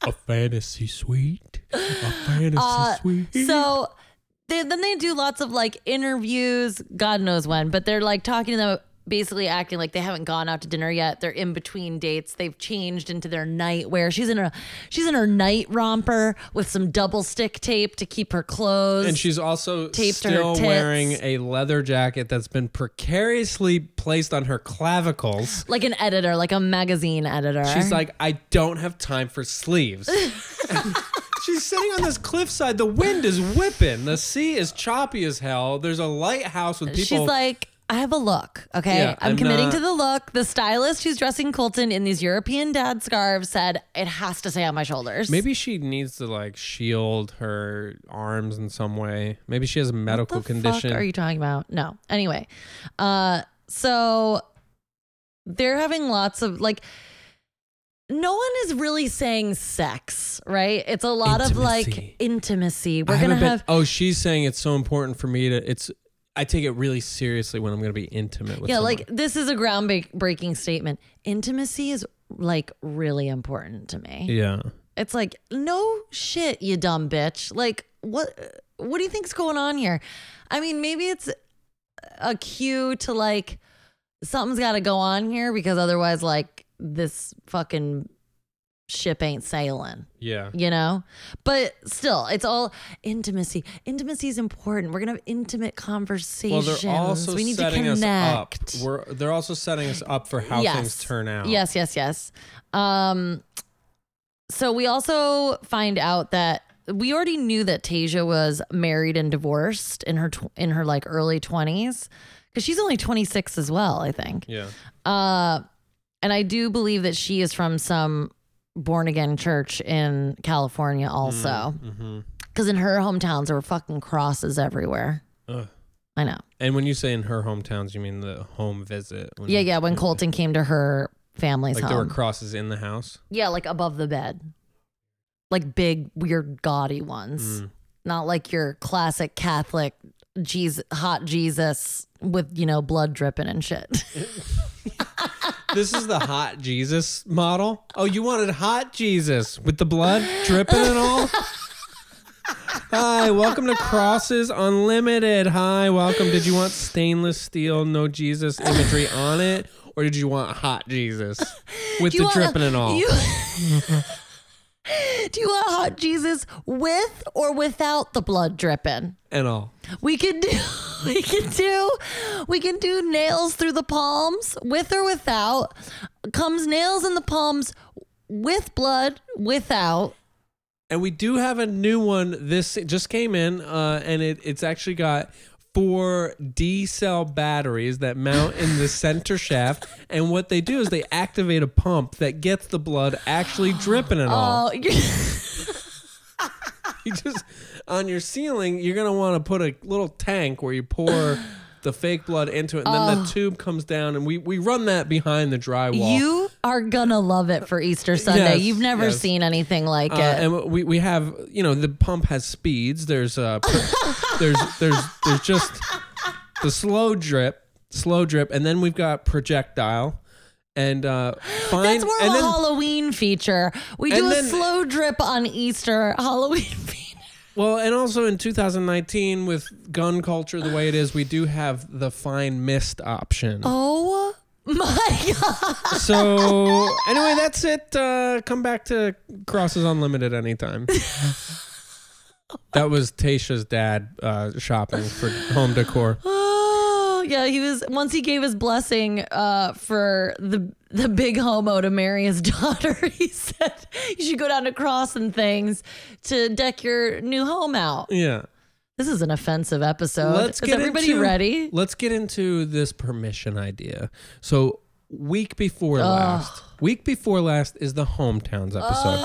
S2: A fantasy suite. A fantasy
S1: Uh,
S2: suite.
S1: so they, then they do lots of like interviews god knows when but they're like talking to them basically acting like they haven't gone out to dinner yet. They're in between dates. They've changed into their nightwear. She's in her she's in her night romper with some double stick tape to keep her clothes.
S2: And she's also
S1: Taped her
S2: still
S1: tits.
S2: wearing a leather jacket that's been precariously placed on her clavicles.
S1: like an editor, like a magazine editor.
S2: She's like, I don't have time for sleeves. She's sitting on this cliffside. The wind is whipping. The sea is choppy as hell. There's a lighthouse with people.
S1: She's like, I have a look. Okay.
S2: Yeah, uh,
S1: I'm,
S2: I'm
S1: committing
S2: not-
S1: to the look. The stylist who's dressing Colton in these European dad scarves said it has to stay on my shoulders.
S2: Maybe she needs to like shield her arms in some way. Maybe she has a medical
S1: the
S2: condition.
S1: fuck are you talking about? No. Anyway, uh, so they're having lots of like. No one is really saying sex, right? It's a lot of
S2: Intimacy.
S1: like intimacy.
S2: I
S1: We're gonna
S2: haven't been-
S1: have
S2: Oh, she's saying it's so important for me to. It's. I take it really seriously when I'm going to be intimate with.
S1: yeah,
S2: someone.
S1: like this is a groundbreaking statement. Intimacy is like really important to me.
S2: Yeah.
S1: It's like, no shit, you dumb bitch. Like, what what do you think's going on here? I mean, maybe it's a cue to like something's got to go on here because otherwise like this fucking ship ain't sailing,
S2: Yeah.
S1: you know? But still, it's all intimacy. Intimacy is important. We're going to have intimate
S2: Well,
S1: conversations.
S2: they're also
S1: we need
S2: setting
S1: to
S2: us up.
S1: connect.
S2: We're they're also setting us up for how things turn out.
S1: Yes, yes, yes. Um, so we also find out that we already knew that Tasia was married and divorced in her tw- in her like early twenties because she's only twenty six as well, I think.
S2: Yeah.
S1: Uh, and I do believe that she is from some born again church in California, also
S2: Mm-hmm.
S1: because in her hometowns there were fucking crosses everywhere.
S2: Ugh.
S1: I know.
S2: And when you say in her hometowns, you mean the home visit. When
S1: Yeah,
S2: you-
S1: yeah. When Colton came to her family's
S2: Like
S1: home,
S2: there were crosses in the house.
S1: Yeah, like above the bed. Like big, weird, gaudy ones.
S2: Mm.
S1: Not like your classic Catholic Jesus, hot Jesus with, you know, blood dripping and shit.
S2: This is the hot Jesus model. Oh, you wanted hot Jesus with the blood dripping and all? Hi, welcome to Crosses Unlimited. Hi, welcome. Did you want stainless steel, no Jesus imagery on it? Or did you want hot Jesus with
S1: Do you
S2: the
S1: want-
S2: dripping and all?
S1: you- Do you want hot Jesus with or without the blood dripping?
S2: and all.
S1: We can do we can do we can do nails through the palms with or without. Comes nails in the palms with blood, without.
S2: And we do have a new one. This just came in, uh, and it, it's actually got four D cell batteries that mount in the center shaft. And what they do is they activate a pump that gets the blood actually dripping and all.
S1: Oh, you're
S2: You just on your ceiling, you're gonna want to put a little tank where you pour. The fake blood into it, and then the tube comes down, and we, we run that behind the drywall.
S1: Oh. You are gonna love it for Easter Sunday.
S2: Yes,
S1: You've never
S2: yes.
S1: seen anything like
S2: Uh,
S1: it.
S2: and we, we have you know the pump has speeds. There's uh pr- there's there's there's just the slow drip, slow drip, and then we've got projectile, and uh fine.
S1: That's more of
S2: and
S1: a
S2: then
S1: Halloween feature. We do
S2: and
S1: a
S2: then-
S1: slow drip on Easter Halloween feature.
S2: well, and also in 2019 with gun culture the way it is, we do have the fine mist option.
S1: Oh my god!
S2: So anyway, that's it. Uh, come back to Crosses Unlimited anytime. That was Tasha's dad uh, shopping for home decor.
S1: Oh, yeah, he was once he gave his blessing uh, for the the big homo to marry his daughter. He said you should go down to Cross and things to deck your new home out.
S2: Yeah.
S1: This is an offensive episode.
S2: Let's
S1: is
S2: get
S1: everybody
S2: into,
S1: ready?
S2: Let's get into this permission idea. So week before last, week before last is the hometowns episode.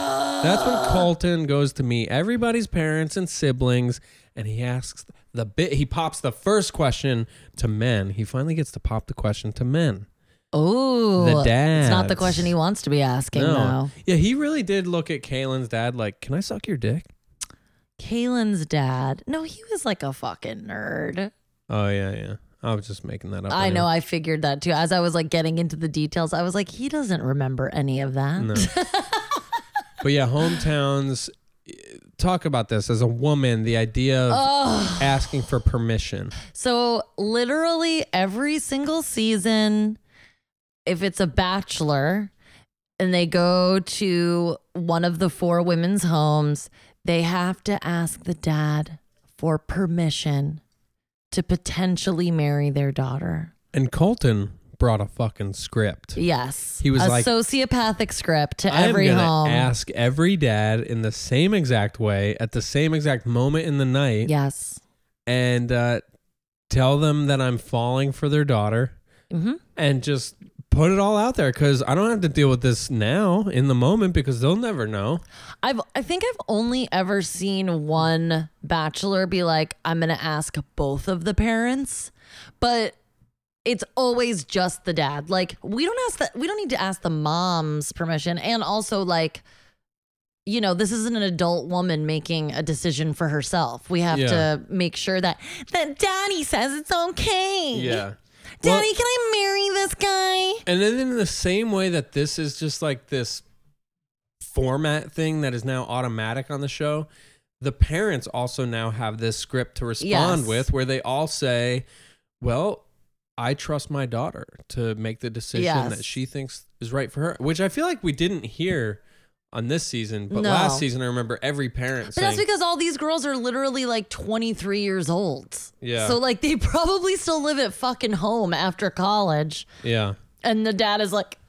S2: That's when Colton goes to meet everybody's parents and siblings, and he asks the bit. He pops the first question to men. He finally gets to pop the question to men.
S1: Oh,
S2: The
S1: It's not the
S2: dads.
S1: question he wants to be asking, though.
S2: yeah, he really did look at Kaylin's dad like, "Can I suck your dick?"
S1: Kaylin's dad. No, he was like a fucking nerd.
S2: Oh yeah, yeah. I was just making that up.
S1: I
S2: anyway.
S1: know. I figured that too. As I was like getting into the details, I was like, he doesn't remember any of that.
S2: No. but yeah, hometowns. talk about this as a woman, the idea of asking for permission.
S1: So literally every single season, if it's a bachelor and they go to one of the four women's homes, they have to ask the dad for permission to potentially marry their daughter.
S2: And Colton brought a fucking script.
S1: Yes.
S2: He was
S1: a
S2: like,
S1: sociopathic script to
S2: I'm
S1: every
S2: gonna
S1: home.
S2: ask every dad in the same exact way at the same exact moment in the night,
S1: yes.
S2: and uh, tell them that I'm falling for their daughter,
S1: hmm
S2: and just put it all out there because I don't have to deal with this now in the moment because they'll never know.
S1: I've I think I've only ever seen one bachelor be like, I'm gonna ask both of the parents, but it's always just the dad. Like we don't ask that we don't need to ask the mom's permission. And also like, you know, this isn't an adult woman making a decision for herself. We have
S2: Yeah.
S1: to make sure that that daddy says it's okay.
S2: Well-
S1: Daddy, can I marry this guy?
S2: And then in the same way that this is just like this format thing that is now automatic on the show, the parents also now have this script to respond
S1: Yes.
S2: with where they all say, Well, I trust my daughter to make the decision
S1: Yes.
S2: that she thinks is right for her, which I feel like we didn't hear on this season, but
S1: No.
S2: last season I remember every parent
S1: But
S2: saying,
S1: that's because all these girls are literally like 23 years old.
S2: Yeah.
S1: So like they probably still live at fucking home after college,
S2: Yeah.
S1: and the dad is like,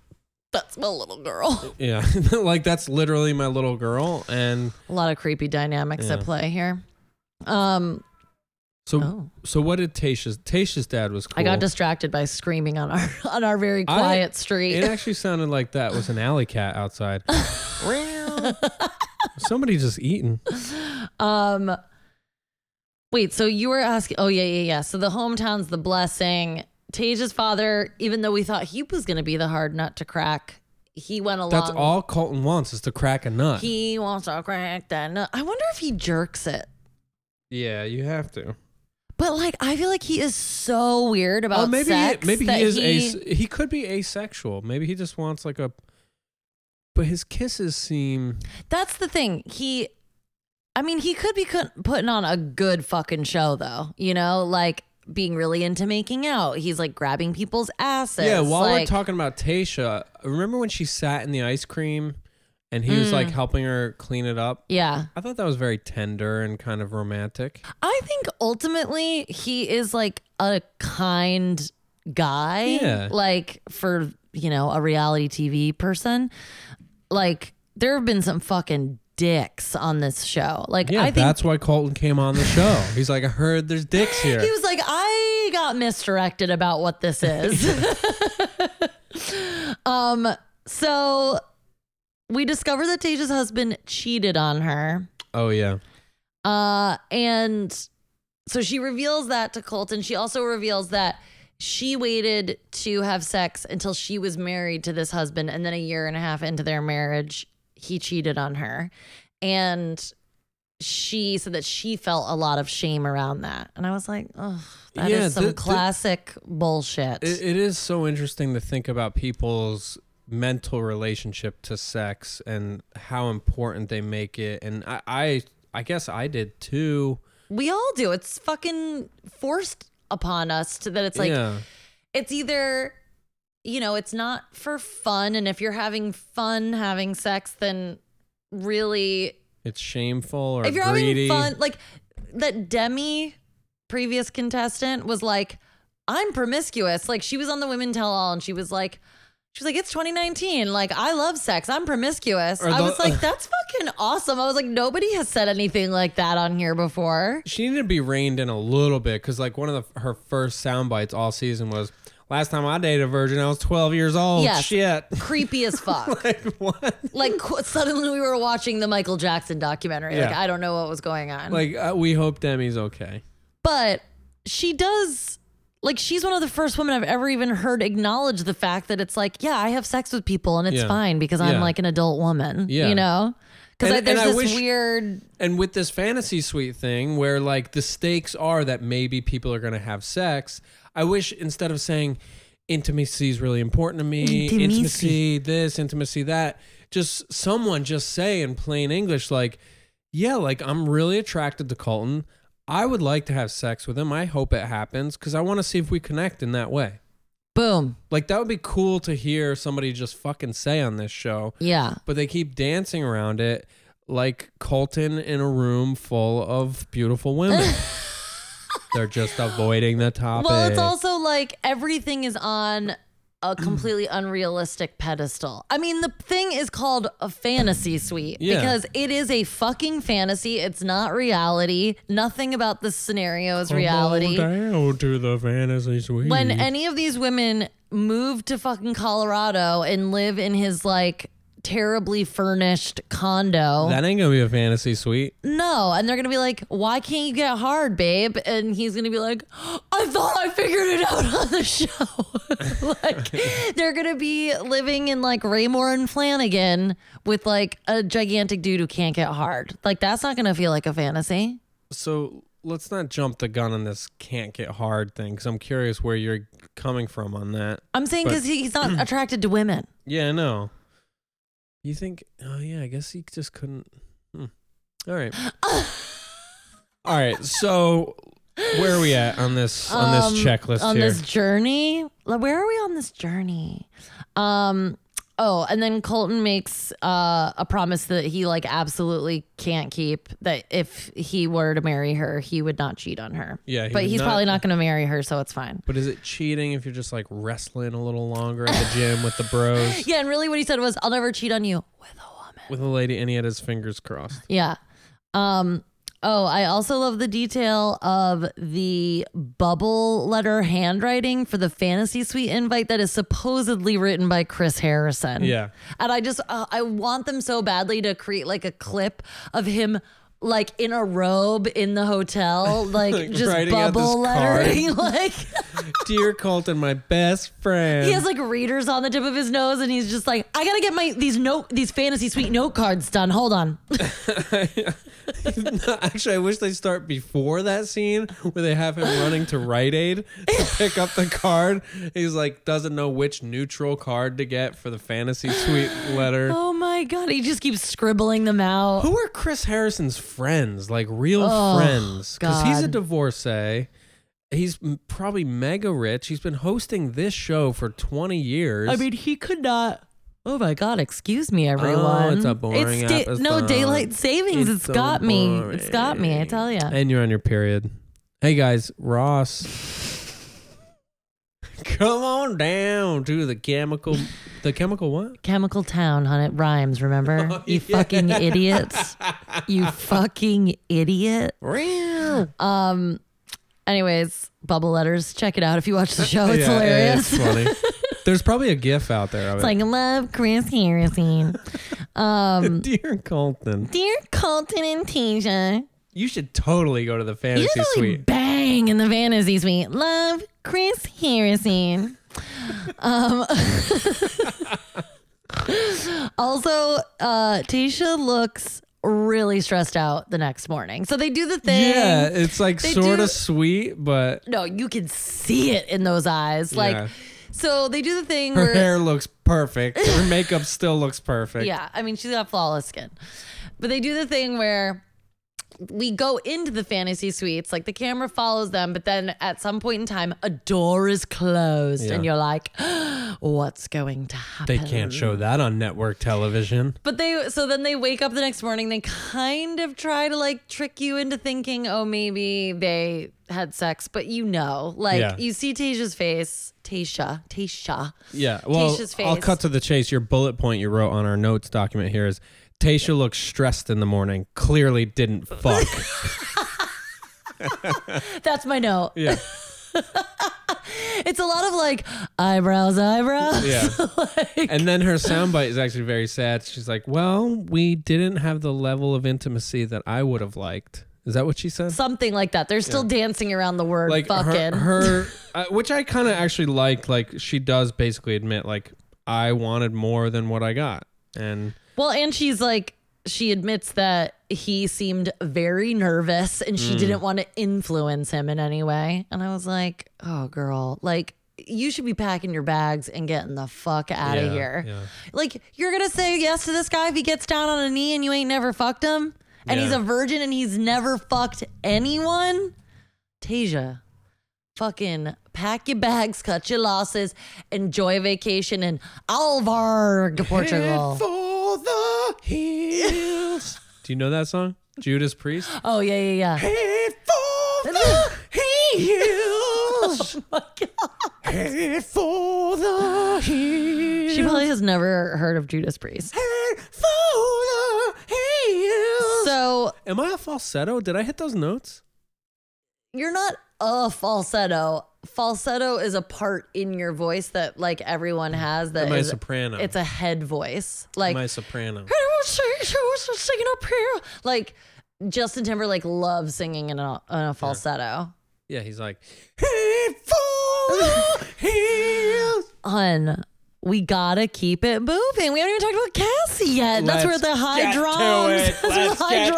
S1: "That's my little girl."
S2: Yeah. like that's literally my little girl. And
S1: A lot of creepy dynamics at
S2: Yeah.
S1: play here. Um,
S2: so
S1: Oh.
S2: so what did Tasha's Tasha's dad was cool.
S1: I got distracted by screaming on our on our very
S2: I-
S1: quiet street.
S2: It actually sounded like that was an alley cat outside. Meow. Somebody just eating.
S1: Um Wait, so you were asking Oh yeah, yeah, yeah. So the hometown's the blessing. Taja's father, even though we thought he was going to be the hard nut to crack, he went along.
S2: That's all Colton wants is to crack a nut.
S1: um, He wants to crack that nut. I wonder if he jerks it.
S2: yeah, you have to.
S1: But like, I feel like he is so weird about
S2: Oh, maybe
S1: sex.
S2: he, maybe
S1: that
S2: he is a he could be asexual. Maybe he just wants like a. But his kisses seem
S1: That's the thing. He, I mean, he could be co- putting on a good fucking show though. You know, like being really into making out. He's like grabbing people's asses.
S2: yeah. While we're
S1: like,
S2: talking about Tasha, remember when she sat in the ice cream, and he was
S1: Mm.
S2: like helping her clean it up.
S1: yeah.
S2: I thought that was very tender and kind of romantic.
S1: I think ultimately he is like a kind guy.
S2: Yeah.
S1: Like for, you know, a reality TV person. Like there have been some fucking dicks on this show. Like
S2: Yeah,
S1: I think
S2: that's why Colton came on the show. He's like, I heard there's dicks here.
S1: he was like, I got misdirected about what this is. um, so we discover that Tasha's husband cheated on her.
S2: oh yeah.
S1: Uh, and so she reveals that to Colton. She also reveals that she waited to have sex until she was married to this husband. And then a year and a half into their marriage, he cheated on her. And she said that she felt a lot of shame around that. And I was like, oh, that is
S2: Yeah,
S1: some
S2: the- the-
S1: classic bullshit.
S2: It, it is so interesting to think about people's mental relationship to sex and how important they make it. And I, I, I guess I did too.
S1: we all do. It's fucking forced upon us to that it's like,
S2: yeah,
S1: it's either you know it's not for fun and if you're having fun having sex then really
S2: it's shameful or
S1: if you're
S2: greedy.
S1: having fun like that demi previous contestant was like i'm promiscuous like she was on the women tell all and she was like she was like it's 2019 like i love sex i'm promiscuous
S2: Or
S1: i
S2: the-
S1: was like that's fucking awesome i was like nobody has said anything like that on here before
S2: She needed to be reined in a little bit because, like, one of the, her first sound bites all season was, "Last time I dated a virgin, I was 12 years old."
S1: Yes.
S2: Shit.
S1: creepy as fuck
S2: like what?
S1: like qu- suddenly we were watching the Michael Jackson documentary. Like
S2: Yeah.
S1: I don't know what was going on.
S2: Like uh, we hope Demi's okay.
S1: but she does like she's one of the first women I've ever even heard acknowledge the fact that it's like, yeah, I have sex with people and it's
S2: Yeah.
S1: fine because I'm
S2: Yeah.
S1: like an adult woman.
S2: Yeah.
S1: You know? Because
S2: And-
S1: there's
S2: and I
S1: this
S2: wish-
S1: weird
S2: And with this fantasy suite thing, where like the stakes are that maybe people are going to have sex, I wish instead of saying intimacy is really important to me,
S1: Intimacy.
S2: intimacy, this, intimacy that, just someone just say in plain English, like, yeah, like I'm really attracted to Colton. I would like to have sex with him. I hope it happens because I want to see if we connect in that way.
S1: Boom.
S2: Like that would be cool to hear somebody just fucking say on this show,
S1: Yeah.
S2: but they keep dancing around it like Colton in a room full of beautiful women. They're just avoiding the topic.
S1: Well, it's also like everything is on a completely unrealistic pedestal. I mean, the thing is called a fantasy suite
S2: Yeah.
S1: because it is a fucking fantasy. It's not reality. Nothing about this scenario is reality.
S2: Down to the fantasy suite.
S1: when any of these women move to fucking Colorado and live in his like terribly furnished condo.
S2: that ain't gonna be a fantasy suite.
S1: no, and they're going to be like, "Why can't you get hard, babe?" And he's going to be like, "I thought I figured it out on the show." like they're going to be living in like Raymore and Flanagan with like a gigantic dude who can't get hard. Like that's not going to feel like a fantasy.
S2: So let's not jump the gun on this can't get hard thing because I'm curious where you're coming from on that.
S1: I'm saying
S2: But-
S1: cuz he's not attracted to women.
S2: Yeah, I know. You think? Oh yeah, I guess he just couldn't. Hmm. All right. All right. So where are we at on this on
S1: Um,
S2: this checklist
S1: on
S2: here?
S1: this journey Like, where are we on this journey um oh and then colton makes uh, a promise that he like absolutely can't keep that if he were to marry her he would not cheat on her
S2: Yeah, he
S1: but
S2: would
S1: he's
S2: not-
S1: probably not going to marry her so it's fine
S2: but is it cheating if you're just like wrestling a little longer at the gym with the bros
S1: yeah and really what he said was i'll never cheat on you with a woman
S2: with a lady and he had his fingers crossed?
S1: yeah um Oh, I also love the detail of the bubble letter handwriting for the fantasy suite invite that is supposedly written by Chris Harrison.
S2: Yeah.
S1: And I just, uh, I want them so badly to create like a clip of him like in a robe in the hotel, like,
S2: Like,
S1: just
S2: writing out this
S1: bubble
S2: card.
S1: lettering. like
S2: Dear Colton, my best friend.
S1: he has like readers on the tip of his nose and he's just like, I gotta get my, these note, these fantasy suite note cards done. Hold on.
S2: No, actually, I wish they start before that scene where they have him running to Rite Aid to pick up the card. He's like, doesn't know which neutral card to get for the fantasy suite letter.
S1: oh my God. He just keeps scribbling them out.
S2: Who are Chris Harrison's friends? Like real friends? Because he's a
S1: Oh, God.
S2: divorcee. He's m- probably mega rich. He's been hosting this show for 20 years.
S1: I mean, he could not. Oh my God! Excuse me, everyone.
S2: Oh, it's a boring
S1: It's No
S2: episode.
S1: daylight savings.
S2: It's
S1: it's
S2: so
S1: got me. It's got me. I
S2: boring.
S1: tell you.
S2: And you're on your period. Hey guys, Ross. Come on down to the chemical the chemical what?
S1: Chemical Town, hon. It rhymes. Remember?
S2: Oh,
S1: you
S2: yeah.
S1: fucking idiots. you fucking idiot. Um. Anyways, bubble letters. Check it out if you watch the show. It's
S2: Yeah, yeah,
S1: hilarious.
S2: It's funny. There's probably a gif out there of
S1: it's like love Chris Harrison.
S2: it. Dear Colton.
S1: Dear Colton and Tasia.
S2: You should totally go to the fantasy
S1: Usually
S2: suite.
S1: bang in the fantasy suite. Love Chris Harrison. um, also, uh, Tasha looks really stressed out the next morning. So they do the thing.
S2: Yeah, it's like
S1: They
S2: sort
S1: do-
S2: of sweet, but
S1: No, you can see it in those eyes. Like,
S2: Yeah.
S1: so they do the thing
S2: her
S1: where.
S2: hair looks perfect. Her makeup still looks perfect.
S1: Yeah, I mean, she's got flawless skin. But they do the thing where we go into the fantasy suites, like the camera follows them, but then at some point in time, a door is closed, and
S2: Yeah.
S1: you're like, what's going to happen?
S2: They can't show that on network television.
S1: But they, so then they wake up the next morning, they kind of try to like trick you into thinking, oh, maybe they had sex, but you know, like
S2: Yeah.
S1: you see Tasha's face, Tasha, Tasha.
S2: Yeah. Well,
S1: Tayshia's
S2: I'll
S1: face.
S2: cut to the chase. Your bullet point you wrote on our notes document here is Tasha looks stressed in the morning. Clearly didn't fuck.
S1: That's my note.
S2: yeah.
S1: It's a lot of like eyebrows, eyebrows.
S2: Yeah. and then her soundbite is actually very sad. She's like, "Well, we didn't have the level of intimacy that I would have liked." Is that what she said?
S1: something like that. They're still dancing around the word
S2: Like her-
S1: fucking.
S2: her, uh, which I kind of actually like. Like she does basically admit, like I wanted more than what I got, and
S1: well, and she's like, she admits that he seemed very nervous and
S2: Mm.
S1: she didn't want to influence him in any way. And I was like, oh, girl, like, you should be packing your bags and getting the fuck out
S2: Yeah,
S1: of here.
S2: yeah.
S1: Like, you're going to say yes to this guy if he gets down on a knee and you ain't never fucked him? and he's
S2: Yeah.
S1: a virgin and he's never fucked anyone. Tasia, fucking pack your bags, cut your losses, enjoy vacation in Alvarg, Portugal.
S2: Head for the hills. Do you know that song? Judas Priest.
S1: Oh yeah, yeah, yeah.
S2: Head for the hills.
S1: Oh my God.
S2: Head for the hills.
S1: She probably has never heard of Judas Priest.
S2: Head for the hills.
S1: So
S2: Am I a falsetto? Did I hit those notes?
S1: you're not a falsetto. Falsetto is a part in your voice that like everyone has that
S2: Am I a
S1: is-
S2: soprano?
S1: It's a head voice. Like
S2: Am I a soprano?
S1: I don't sing, so I'm just singing up here. Like Justin Timberlake loves singing in a, in a falsetto.
S2: Yeah, he's like, Head for the hills.
S1: Hun, we gotta keep it moving. We haven't even talked about Cassie yet. That's where
S2: Let's
S1: the high
S2: get to
S1: drums.
S2: it.
S1: That's where the high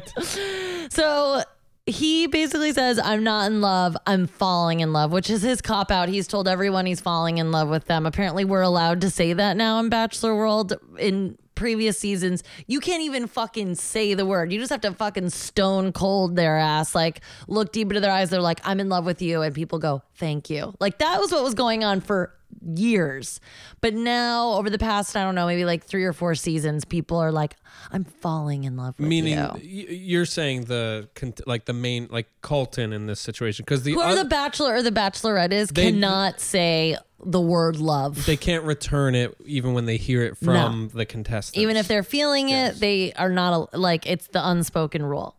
S1: drums.
S2: Let's get to it.
S1: So he basically says, I'm not in love. I'm falling in love, which is his cop out. He's told everyone he's falling in love with them. Apparently, we're allowed to say that now in Bachelor World. In previous seasons, you can't even fucking say the word. You just have to fucking stone cold their ass. Like, look deep into their eyes. They're like, I'm in love with you. And people go, thank you. Like, that was what was going on for years. But now, over the past, I don't know, maybe like three or four seasons, people are like, I'm falling in love with
S2: Meaning,
S1: you.
S2: y- you're saying the con- like the main like Colton in this situation because the,
S1: Whoever
S2: oth-
S1: the bachelor or the bachelorette is
S2: They-
S1: cannot say the word love.
S2: they can't return it even when they hear it from the contestant.
S1: Even if they're feeling it, they are not a, like it's the unspoken rule.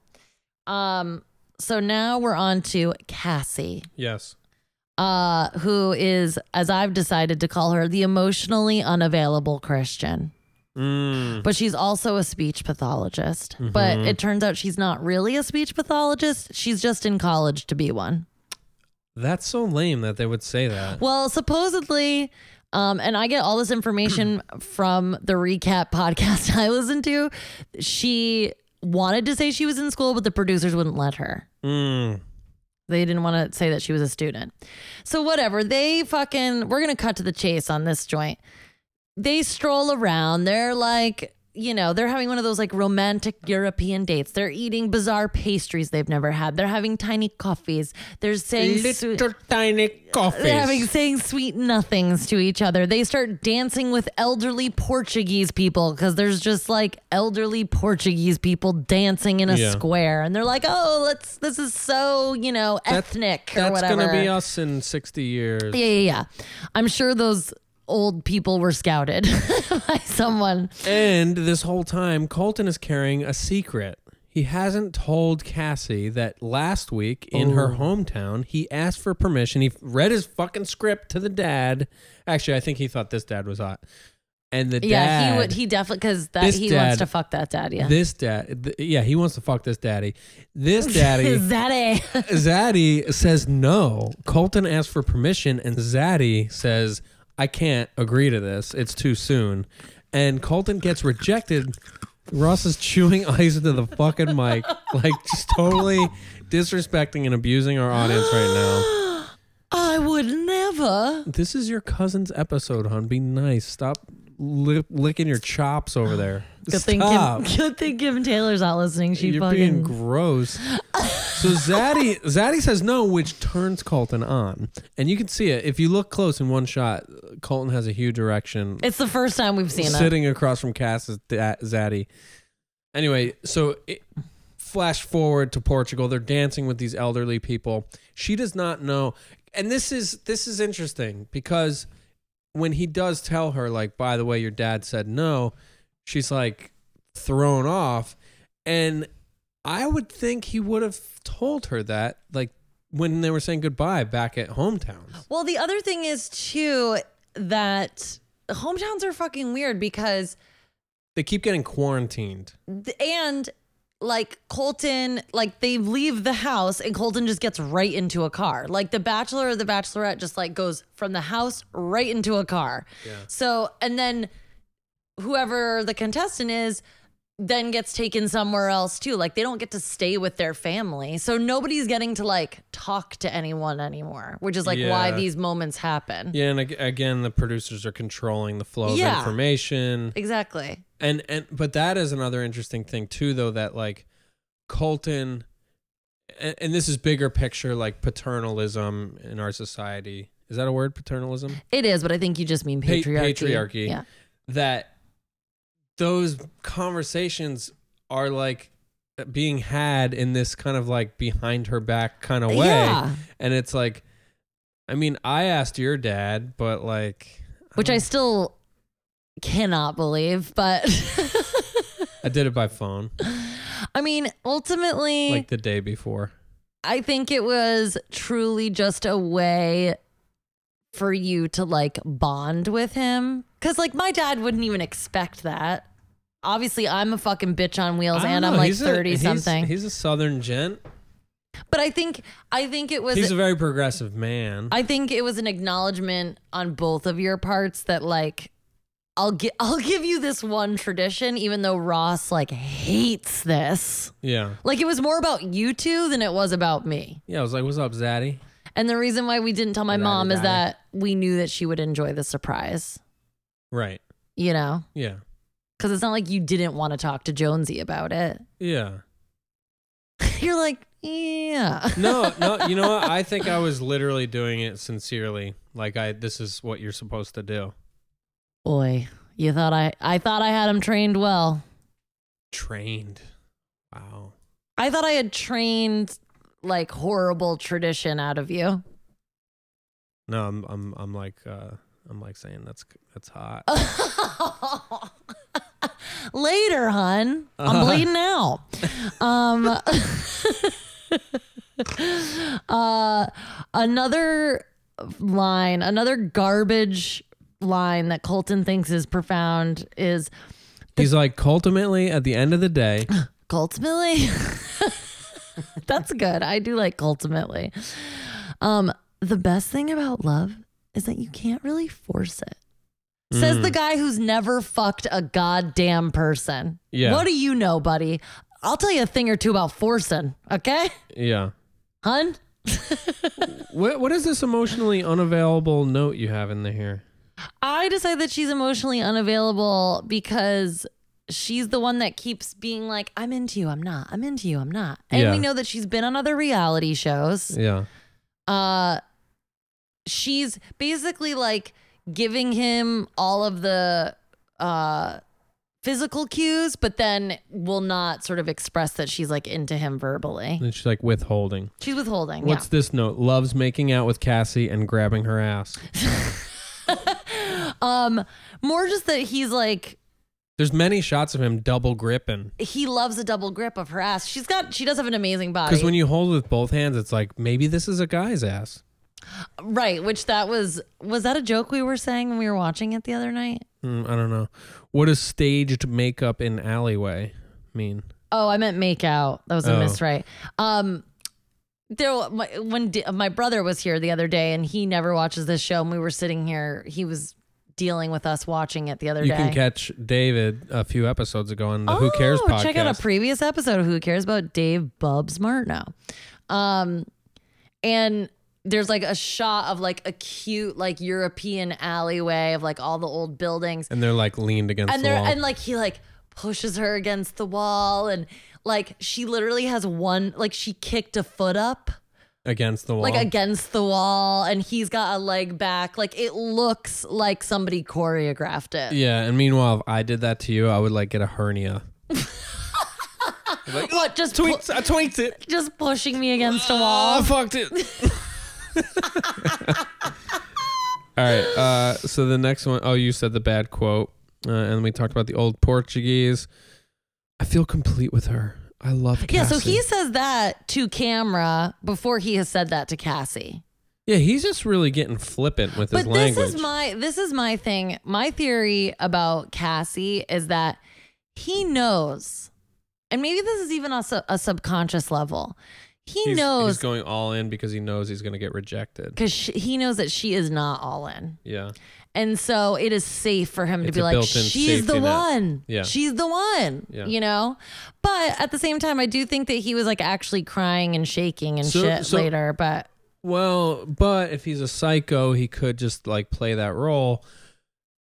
S1: Um so now we're on to Cassie,
S2: yes,
S1: uh, who is, as I've decided to call her, the emotionally unavailable Christian.
S2: Mm. Mm-hmm.
S1: But she's also a speech pathologist. But it turns out she's not really a speech pathologist. She's just in college to be one.
S2: that's so lame that they would say that.
S1: Well, supposedly, um, and I get all this information from the recap podcast I listened to. She wanted to say she was in school, but the producers wouldn't let her.
S2: Mm.
S1: They didn't want to say that she was a student. So, whatever. They fucking, we're going to cut to the chase on this joint. They stroll around. They're like, you know, they're having one of those like romantic European dates. They're eating bizarre pastries they've never had. They're having tiny coffees. They're saying sweet-
S2: Little tiny coffee.
S1: they're having saying sweet nothings to each other. They start dancing with elderly Portuguese people because there's just like elderly Portuguese people dancing in a
S2: Yeah.
S1: square, and they're like, "Oh, let's this is so you know ethnic or
S2: That's
S1: whatever."
S2: gonna be us in sixty years.
S1: yeah, yeah, yeah. I'm sure those old people were scouted by someone.
S2: And this whole time, Colton is carrying a secret. He hasn't told Cassie that last week in
S1: Oh.
S2: her hometown, he asked for permission. He read his fucking script to the dad. Actually, I think he thought this dad was hot. And the
S1: Yeah,
S2: dad,
S1: he would. He definitely because that
S2: This
S1: he
S2: dad-
S1: wants to fuck that dad. Yeah,
S2: this dad, th- yeah, he wants to fuck this daddy. This daddy,
S1: is that a?
S2: Zaddy says no. Colton asks for permission, and Zaddy says, I can't agree to this. It's too soon. And Colton gets rejected. Ross is chewing ice into the fucking mic, like just totally disrespecting and abusing our audience right now.
S1: I would never.
S2: This is your cousin's episode, hon. Be nice. Stop li- licking your chops over there.
S1: Good thing, Kim,
S2: Stop.
S1: good thing Kim Taylor's not listening. She
S2: You're
S1: fucking
S2: being gross. so Zaddy Zaddy says no, which turns Colton on, and you can see it if you look close in one shot. Colton has a huge erection
S1: It's the first time we've seen it.
S2: sitting across from Cass's da- Zaddy. Anyway, so it, flash forward to Portugal. They're dancing with these elderly people. She does not know, and this is this is interesting because when he does tell her, like, by the way, your dad said no, she's like thrown off, and I would think he would have told her that, like, when they were saying goodbye back at hometowns.
S1: Well, the other thing is too that hometowns are fucking weird because
S2: They keep getting quarantined.
S1: th- and like Colton, like they leave the house and Colton just gets right into a car. Like the bachelor or the bachelorette just like goes from the house right into a car. So, and then whoever the contestant is then gets taken somewhere else too. Like they don't get to stay with their family. So nobody's getting to like talk to anyone anymore, which is like why
S2: Yeah.
S1: these moments happen.
S2: Yeah, and ag- again, the producers are controlling the flow
S1: Yeah.
S2: of information.
S1: Exactly.
S2: and and but that is another interesting thing too though that like colton and, and this is bigger picture like paternalism in our society is that a word paternalism
S1: It is, but I think you just mean
S2: Pa-
S1: patriarchy.
S2: patriarchy.
S1: Yeah.
S2: that those conversations are like being had in this kind of like behind her back kind of way
S1: Yeah.
S2: and it's like i mean i asked your dad but like
S1: Which I
S2: Uh-huh.
S1: still cannot believe, but
S2: i did it by phone
S1: I mean, ultimately
S2: like the day before
S1: I think it was truly just a way for you to like bond with him. Cause like my dad wouldn't even expect that. Obviously, I'm a fucking bitch on wheels
S2: I don't
S1: and I'm
S2: know,
S1: like
S2: he's a-
S1: 30
S2: he's-
S1: something.
S2: he's a southern gent
S1: but I think, I think it was,
S2: He's a very progressive man.
S1: I think it was an acknowledgement on both of your parts that like, I'll give I'll give you this one tradition, even though Ross like hates this.
S2: yeah.
S1: Like it was more about you two than it was about me.
S2: Yeah, I was like, what's up, Zaddy?
S1: And the reason why we didn't tell my
S2: Right,
S1: mom is
S2: right.
S1: that we knew that she would enjoy the surprise,
S2: Right.
S1: you know?
S2: Yeah.
S1: Because it's not like you didn't want to talk to Jonesy about it.
S2: Yeah.
S1: You're like, yeah.
S2: No, no, you know what? I think I was literally doing it sincerely. Like I this is what you're supposed to do.
S1: Boy, you thought I, I thought I had him trained well.
S2: Trained. Wow.
S1: I thought I had trained like horrible tradition out of you.
S2: No, I'm I'm I'm like uh I'm like saying that's that's hot.
S1: Later, hun. I'm bleeding out. Um, uh, another line, another garbage line that Colton thinks is profound is
S2: He's like ultimately at the end of the day,
S1: ultimately. That's good. I do like ultimately. Um, the best thing about love is that you can't really force it. Says
S2: Mm.
S1: the guy who's never fucked a goddamn person.
S2: Yeah.
S1: What do you know, buddy? I'll tell you a thing or two about forcing, okay?
S2: yeah.
S1: Hun?
S2: What what is this emotionally unavailable note you have in the here?
S1: I decide that she's emotionally unavailable because she's the one that keeps being like, I'm into you, I'm not, I'm into you, I'm not. And
S2: Yeah.
S1: we know that she's been on other reality shows.
S2: Yeah.
S1: uh she's basically like giving him all of the uh physical cues but then will not sort of express that she's like into him verbally
S2: And she's like withholding.
S1: she's withholding
S2: What's this note? Loves making out with Cassie and grabbing her ass.
S1: yeah um more just that he's like
S2: There's many shots of him double gripping.
S1: he loves a double grip of her ass she's got she does have an amazing body
S2: Because when you hold with both hands, it's like maybe this is a guy's ass.
S1: right which that was was that a joke we were saying when we were watching it the other night
S2: Mm, I don't know. What does staged makeup in alleyway mean?
S1: Oh, I meant make out. That was a
S2: Oh.
S1: miswrite. Um, there, my, when D- my brother was here the other day, and he never watches this show, and we were sitting here, he was dealing with us watching it the other
S2: You
S1: day.
S2: can catch David a few episodes ago on the Who Cares
S1: Oh,
S2: podcast.
S1: Check out a previous episode of Who Cares about Dave Bubbs Martineau. Um, and there's like a shot of like a cute like European alleyway of like all the old buildings,
S2: and they're like leaned against
S1: and
S2: the
S1: they're
S2: wall.
S1: and like he like pushes her against the wall and like she literally has one like she kicked a foot up
S2: against the wall.
S1: like against the wall and he's got a leg back like it looks like somebody choreographed it
S2: yeah. And meanwhile, if I did that to you, I would like get a hernia. like,
S1: what just pu-
S2: tweets. I tweets it.
S1: just pushing me against a
S2: Oh, I
S1: wall
S2: fucked it. All right. Uh, so the next one oh you said the bad quote, uh, and we talked about the old Portuguese. I feel complete with her. I love. Cassie.
S1: yeah so he says that to camera before he has said that to cassie
S2: yeah he's just really getting flippant with his
S1: but
S2: language.
S1: this is my this is my thing my theory about cassie is that he knows and maybe this is even a, su- a subconscious level he
S2: he's, he's
S1: knows
S2: going all in because he knows he's going to get rejected.
S1: because he knows that she is not all in
S2: Yeah,
S1: And so it is safe for him to
S2: It's
S1: be
S2: a
S1: like,
S2: built-in
S1: she's the
S2: safety net."
S1: one.
S2: Yeah.
S1: She's the one.
S2: Yeah.
S1: You know? But at the same time, I do think that he was like actually crying and shaking and
S2: So-
S1: shit
S2: so-
S1: later. But
S2: Well, but if he's a psycho, he could just like play that role.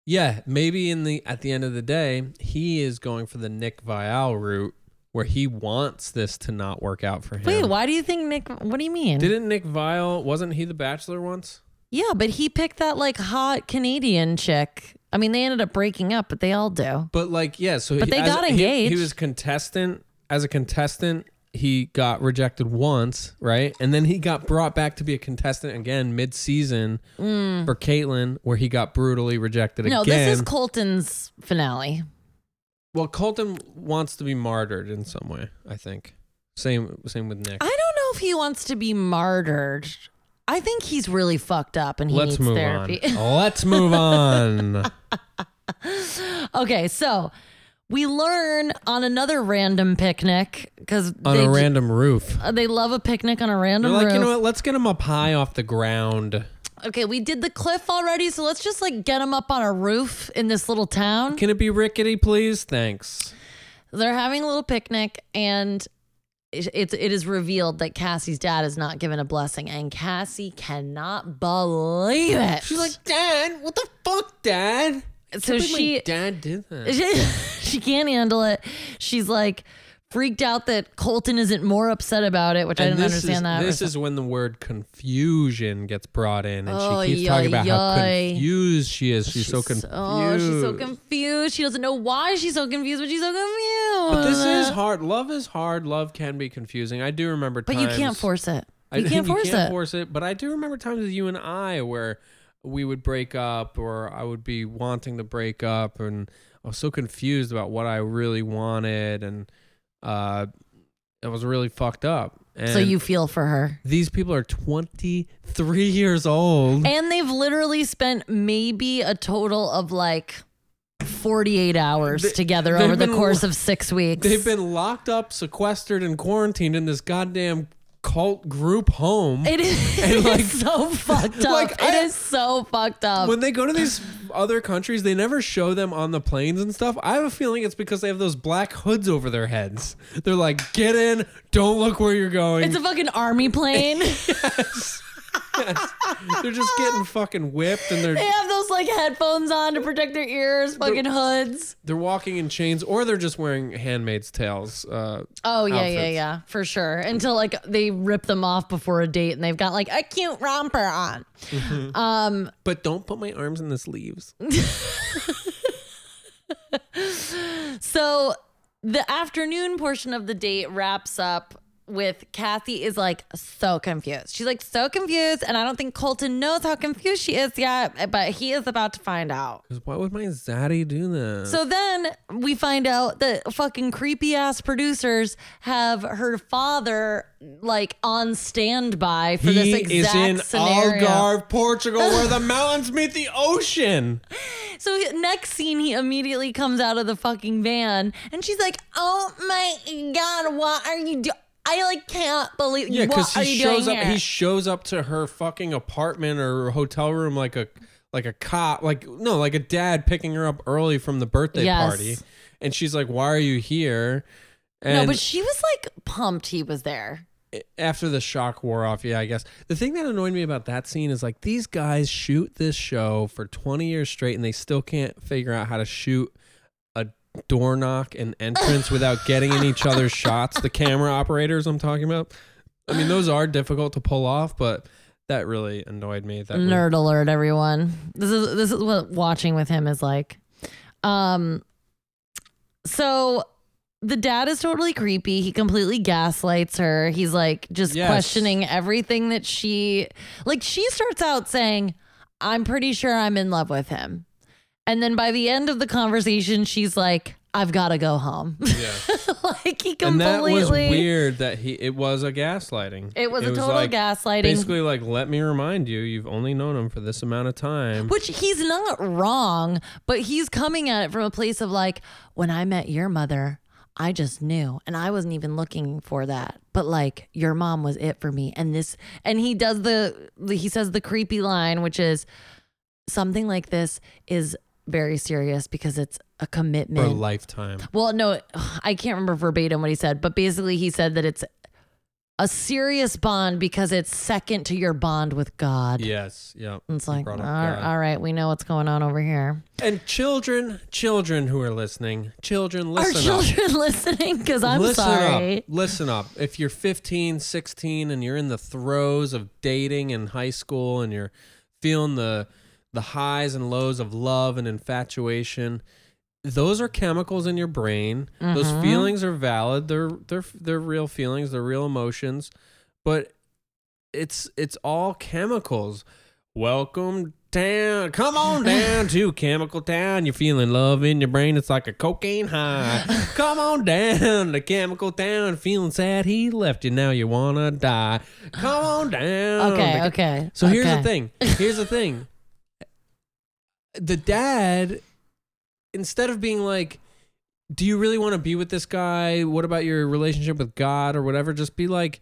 S2: Yeah, maybe in the at the end of the day, he is going for the Nick Vial route where he wants this to not work out for him.
S1: wait, why do you think Nick? What do you mean?
S2: Didn't Nick Vial wasn't he the bachelor once?
S1: yeah, but he picked that like hot Canadian chick. I mean, they ended up breaking up, but they all do.
S2: But like, yeah, so
S1: But
S2: he-
S1: they
S2: as-
S1: got
S2: he- He,
S1: engaged.
S2: was contestant as a contestant. He got rejected once, right? And then he got brought back to be a contestant again mid-season for Caitlyn, where he got brutally rejected
S1: Mm. No,
S2: again.
S1: this is Colton's finale.
S2: well, Colton wants to be martyred in some way. I think same same with Nick.
S1: I don't know if he wants to be martyred. I think he's really fucked up and he
S2: Let's
S1: needs
S2: move
S1: therapy.
S2: on. Let's move on.
S1: okay, so we learn on another random picnic because
S2: on
S1: they,
S2: a random roof.
S1: uh, they love a picnic on a
S2: They're
S1: random
S2: like,
S1: roof.
S2: you know what? Let's get him up high off the ground.
S1: Okay, we did the cliff already, so let's just like get them up on a roof in this little town.
S2: Can it be rickety, please? Thanks.
S1: They're having a little picnic, and it, it's it is revealed that Cassie's dad is not given a blessing, and Cassie cannot believe it.
S2: She's like, Dad, what the fuck, Dad? I
S1: So
S2: can't believe
S1: she-
S2: my dad did that.
S1: she, she can't handle it. She's like freaked out that Colton isn't more upset about it, which I
S2: And
S1: didn't
S2: this
S1: understand
S2: is,
S1: that.
S2: This is when the word confusion gets brought in, and
S1: Oh,
S2: she keeps talking about
S1: yoy,
S2: how
S1: yoy.
S2: confused she is. She's, so
S1: She's-
S2: confused.
S1: Oh, she's so confused. She doesn't know why she's so confused, but she's so confused.
S2: But this is
S1: Uh,
S2: hard. Love is hard. Love can be confusing. I do remember.
S1: But
S2: times,
S1: you can't force it.
S2: I-
S1: You can't force
S2: can't
S1: it.
S2: force it. But I do remember times with you and I where we would break up, or I would be wanting to break up, and I was so confused about what I really wanted, and uh, I was really fucked up. And
S1: so you feel for her.
S2: these people are 23 years old.
S1: And they've literally spent maybe a total of like 48 hours together
S2: they've
S1: over the
S2: been
S1: course of six weeks.
S2: They've been locked up, sequestered, and quarantined in this goddamn cult group home.
S1: It is,
S2: And,
S1: it is
S2: like-
S1: so fucked up.
S2: Like,
S1: It is
S2: I-
S1: so fucked up.
S2: when they go to these other countries, they never show them on the planes and stuff. I have a feeling it's because they have those black hoods over their heads. They're like, get in, don't look where you're going.
S1: It's a fucking army plane. they
S2: they're just getting fucking whipped and they're
S1: have those like headphones on to protect their ears, fucking hoods.
S2: they're walking in chains or they're just wearing handmaid's tales. Uh,
S1: Oh yeah, yeah,
S2: Outfits.
S1: yeah, for sure. Until like they rip them off before a date, and they've got like a cute romper on.
S2: but don't put my arms in the sleeves.
S1: So the afternoon portion of the date wraps up with Kathy is like so confused. She's like so confused, and I don't think Colton knows how confused she is yet, but he is about to find out.
S2: 'Cause Why would my zaddy do that?
S1: So then we find out that fucking creepy ass producers have her father like on standby for
S2: he
S1: this
S2: is
S1: exact
S2: in
S1: scenario.
S2: Algarve, Portugal, where the mountains meet the ocean.
S1: So he- next scene, he immediately comes out of the fucking van, and she's like, "Oh my god, what are you doing?" I like can't believe.
S2: Yeah,
S1: because
S2: because he shows up.
S1: Here?
S2: He shows up to her fucking apartment or hotel room like a like a cop, like no, like a dad picking her up early from the birthday
S1: Yes.
S2: party, and she's like, "Why are you here?"
S1: no,
S2: And
S1: but she was like pumped he was there.
S2: after the shock wore off, yeah, I guess the thing that annoyed me about that scene is like these guys shoot this show for twenty years straight, and they still can't figure out how to shoot a door knock and entrance without getting in each other's shots. The camera operators, I'm talking about. I mean, those are difficult to pull off, but that really annoyed me. That
S1: Nerd alert, everyone! This is this is what watching with him is like. Um, so the dad is totally creepy. He completely gaslights her. He's like just
S2: Yes.
S1: questioning everything that she like. She starts out saying, "I'm pretty sure I'm in love with him," and then by the end of the conversation, she's like, "I've got to go home."
S2: Yeah.
S1: like he completely.
S2: And that was weird that he it was a gaslighting.
S1: It was a total
S2: like,
S1: gaslighting.
S2: Basically, like let me remind you, you've only known him for this amount of time.
S1: Which he's not wrong, but he's coming at it from a place of like, when I met your mother, I just knew and I wasn't even looking for that. But like your mom was it for me. And this and he does the he says the creepy line, which is something like this is very serious because it's a
S2: for a
S1: commitment.
S2: lifetime.
S1: Well, no, I can't remember verbatim what he said, but basically he said that it's a serious bond because it's second to your bond with God.
S2: Yes. Yeah.
S1: And It's like, all
S2: brought up
S1: right,
S2: God.
S1: all right, we know what's going on over here.
S2: And children, children who are listening, children, listen
S1: Are
S2: up.
S1: children listening? Because I'm
S2: listen
S1: sorry.
S2: up. Listen up. If you're 15, 16 and you're in the throes of dating in high school and you're feeling the the highs and lows of love and infatuation, those are chemicals in your brain. Those
S1: Mm-hmm.
S2: feelings are valid. They're they're they're real feelings, they're real emotions, but it's it's all chemicals. Welcome down. Come on down to Chemical Town. You're feeling love in your brain. It's like a cocaine high. Come on down to Chemical Town. Feeling sad he left you. Now you want to die. Come on down.
S1: Okay,
S2: to-
S1: okay.
S2: So here's
S1: okay.
S2: the thing. Here's the thing. The dad, instead of being like, do you really want to be with this guy? What about your relationship with God or whatever? Just be like,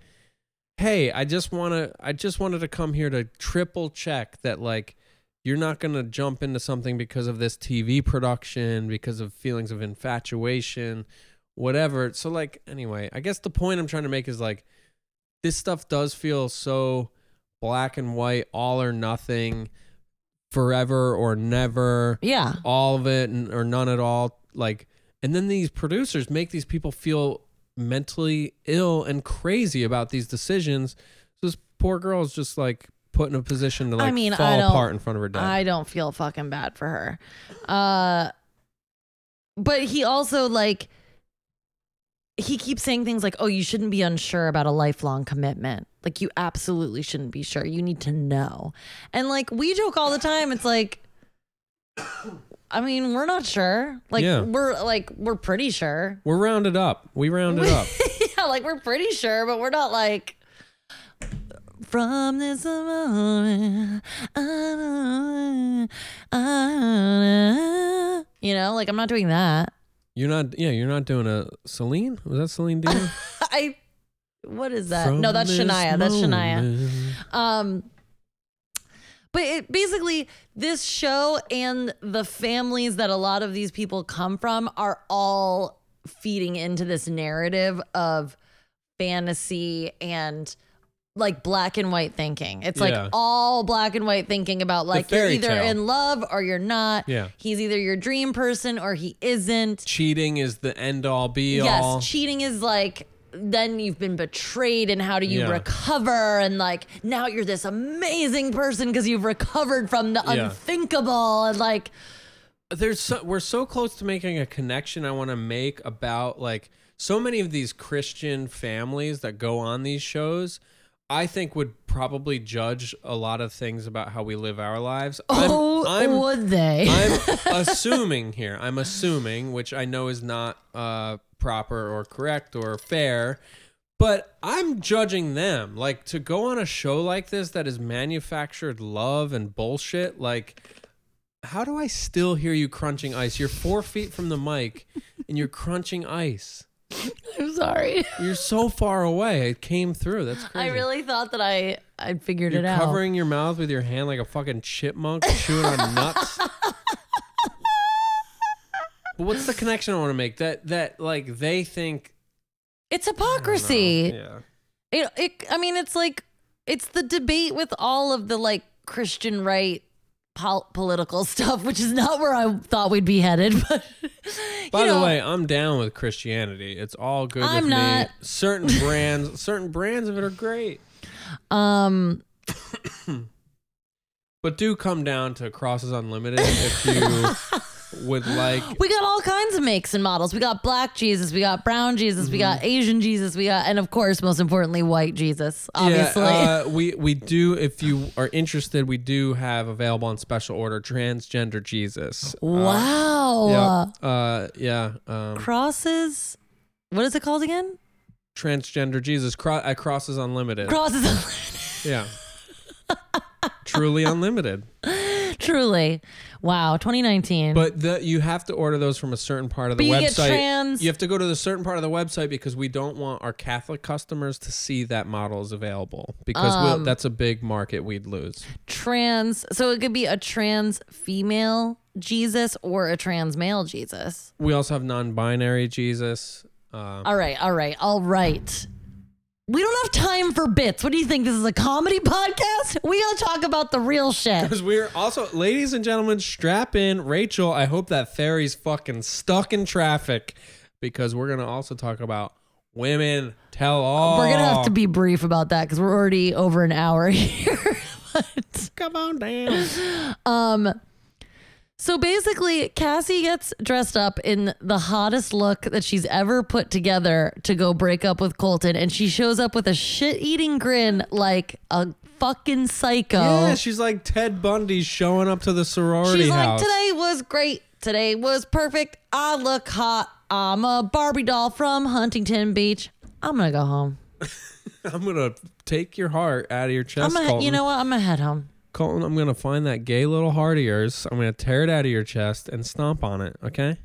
S2: hey, I just want to, I just wanted to come here to triple check that like, you're not going to jump into something because of this TV production, because of feelings of infatuation, whatever. So, like, anyway, I guess the point I'm trying to make is like, this stuff does feel so black and white, all or nothing, forever or never
S1: Yeah.
S2: all of it and, or none at all like and then these producers make these people feel mentally ill and crazy about these decisions so this poor girl is just like put in a position to
S1: I
S2: like
S1: mean, I
S2: fall
S1: don't-
S2: apart in front of her dad
S1: I don't feel fucking bad for her. Uh but he also like he keeps saying things like, "Oh, you shouldn't be unsure about a lifelong commitment. Like you absolutely shouldn't be sure. You need to know." And like we joke all the time, it's like I mean, we're not sure. Like
S2: Yeah.
S1: we're like we're pretty sure.
S2: we're rounded up we rounded up
S1: yeah, like we're pretty sure, but we're not like from this moment. I- I- you know, like I'm not doing that.
S2: you're not yeah you're not doing a celine was that celine dion
S1: I what is that? no, that's Shania. That's Shania. Um but it basically this show and the families that a lot of these people come from are all feeding into this narrative of fantasy and like black and white thinking. It's like
S2: Yeah.
S1: all black and white thinking about like you're
S2: fairy
S1: either
S2: tale.
S1: in love or you're not.
S2: Yeah.
S1: He's either your dream person or he isn't.
S2: cheating is the end all be
S1: Yes,
S2: all
S1: cheating is like then you've been betrayed and how do you
S2: Yeah.
S1: recover and like now you're this amazing person because you've recovered from the
S2: Yeah.
S1: unthinkable and like
S2: there's so, we're so close to making a connection I want to make about like so many of these Christian families that go on these shows. I think would probably judge a lot of things about how we live our lives. I'm-
S1: oh
S2: I'm,
S1: would they
S2: I'm assuming here. I'm assuming, which I know is not uh, proper or correct or fair, but I'm judging them. Like to go on a show like this that is manufactured love and bullshit. Like, how do I still hear you crunching ice? You're four feet from the mic, and you're crunching ice.
S1: I'm sorry
S2: You're so far away. It came through. That's
S1: I
S2: crazy.
S1: really thought that I I figured
S2: You're
S1: it out
S2: covering your mouth with your hand like a fucking chipmunk chewing on nuts. but what's the connection I want to make? That that like they think
S1: it's
S2: I don't know.
S1: hypocrisy
S2: Yeah.
S1: it, it i mean it's like it's the debate with all of the like christian right pol- political stuff which is not where i thought we'd be headed but
S2: By
S1: you
S2: the
S1: know,
S2: way, I'm down with Christianity. It's all good
S1: I'm
S2: with
S1: not.
S2: me. Certain brands, certain brands of it are great.
S1: um
S2: But do come down to Crosses Unlimited if you would like
S1: we got all kinds of makes and models we got black jesus we got brown jesus we
S2: Mm-hmm.
S1: got asian jesus we got and of course most importantly white jesus obviously
S2: Yeah, uh, we we do. If you are interested, we do have available on special order transgender Jesus. Uh,
S1: wow
S2: Yeah. Uh, yeah. Um,
S1: crosses what is it called again
S2: transgender Jesus. Cro- uh, crosses unlimited.
S1: crosses
S2: yeah. Truly unlimited.
S1: Truly. Wow. 2019.
S2: But the, you have to order those from a certain part of the
S1: But you get
S2: website.
S1: trans-
S2: You have to go to the certain part of the website because we don't want our Catholic customers to see that model is available because we'll, that's a big market we'd lose.
S1: trans. So it could be a trans female Jesus or a trans male Jesus.
S2: We also have non-binary Jesus. Um,
S1: All right. All right. All right. We don't have time for bits. What do you think? This is a comedy podcast? We got to talk about the real shit.
S2: because we're also, ladies and gentlemen, strap in. Rachel, I hope that ferry's fucking stuck in traffic because we're going to also talk about women tell all.
S1: We're going to
S2: Oh.
S1: have to be brief about that because we're already over an hour here. but.
S2: Come on down.
S1: So basically, Cassie gets dressed up in the hottest look that she's ever put together to go break up with Colton, and she shows up with a shit eating grin like a fucking psycho.
S2: Yeah, she's like Ted Bundy showing up to the sorority
S1: Oh. she's
S2: house.
S1: like, Today was great. Today was perfect. I look hot. I'm a Barbie doll from Huntington Beach. I'm gonna go home.
S2: I'm gonna take your heart out of your chest,
S1: I'm gonna,
S2: Colton.
S1: you know what? I'm gonna head home.
S2: Colton, I'm gonna find that gay little heart of yours. I'm gonna tear it out of your chest and stomp on it. Okay?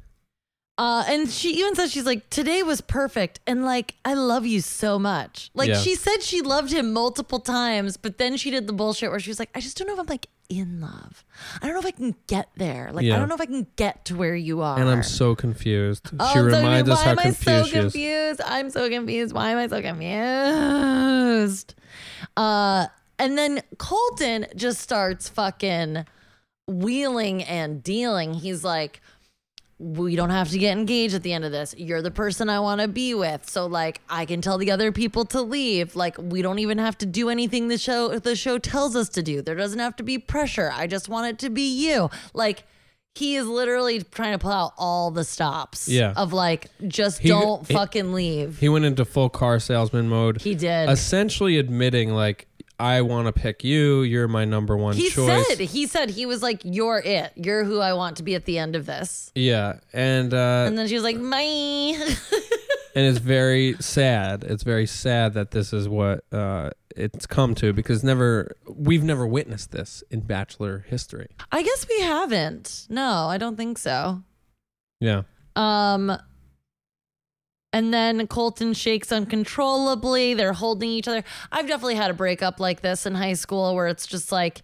S1: Uh, and she even says she's like, today was perfect, and like, I love you so much. Like
S2: Yeah.
S1: she said she loved him multiple times, but then she did the bullshit where she was like, I just don't know if I'm like in love. I don't know if I can get there. Like
S2: Yeah.
S1: I don't know if I can get to where you are.
S2: And I'm so confused.
S1: Oh,
S2: she
S1: I'm so confused.
S2: reminds us how
S1: Why am I
S2: confused
S1: so
S2: she is.
S1: confused? I'm so confused. Why am I so confused? Uh, and then Colton just starts fucking wheeling and dealing. He's like, we don't have to get engaged at the end of this. You're the person I want to be with. So like I can tell the other people to leave. Like we don't even have to do anything the show the show tells us to do. There doesn't have to be pressure. I just want it to be you. Like he is literally trying to pull out all the stops
S2: Yeah.
S1: of like just
S2: He-
S1: don't
S2: he-
S1: fucking leave.
S2: He went into full car salesman mode,
S1: He did.
S2: essentially admitting like, "I want to pick you. You're my number one
S1: he
S2: choice."
S1: said he said he was like you're it. You're who I want to be at the end of this.
S2: yeah, and uh,
S1: And then she was like, "My."
S2: and it's very sad. It's very sad that this is what uh, it's come to because never we've never witnessed this in Bachelor history.
S1: I guess we haven't. No, I don't think so.
S2: Yeah,
S1: Um, and then Colton shakes uncontrollably. They're holding each other. I've definitely had a breakup like this in high school where it's just like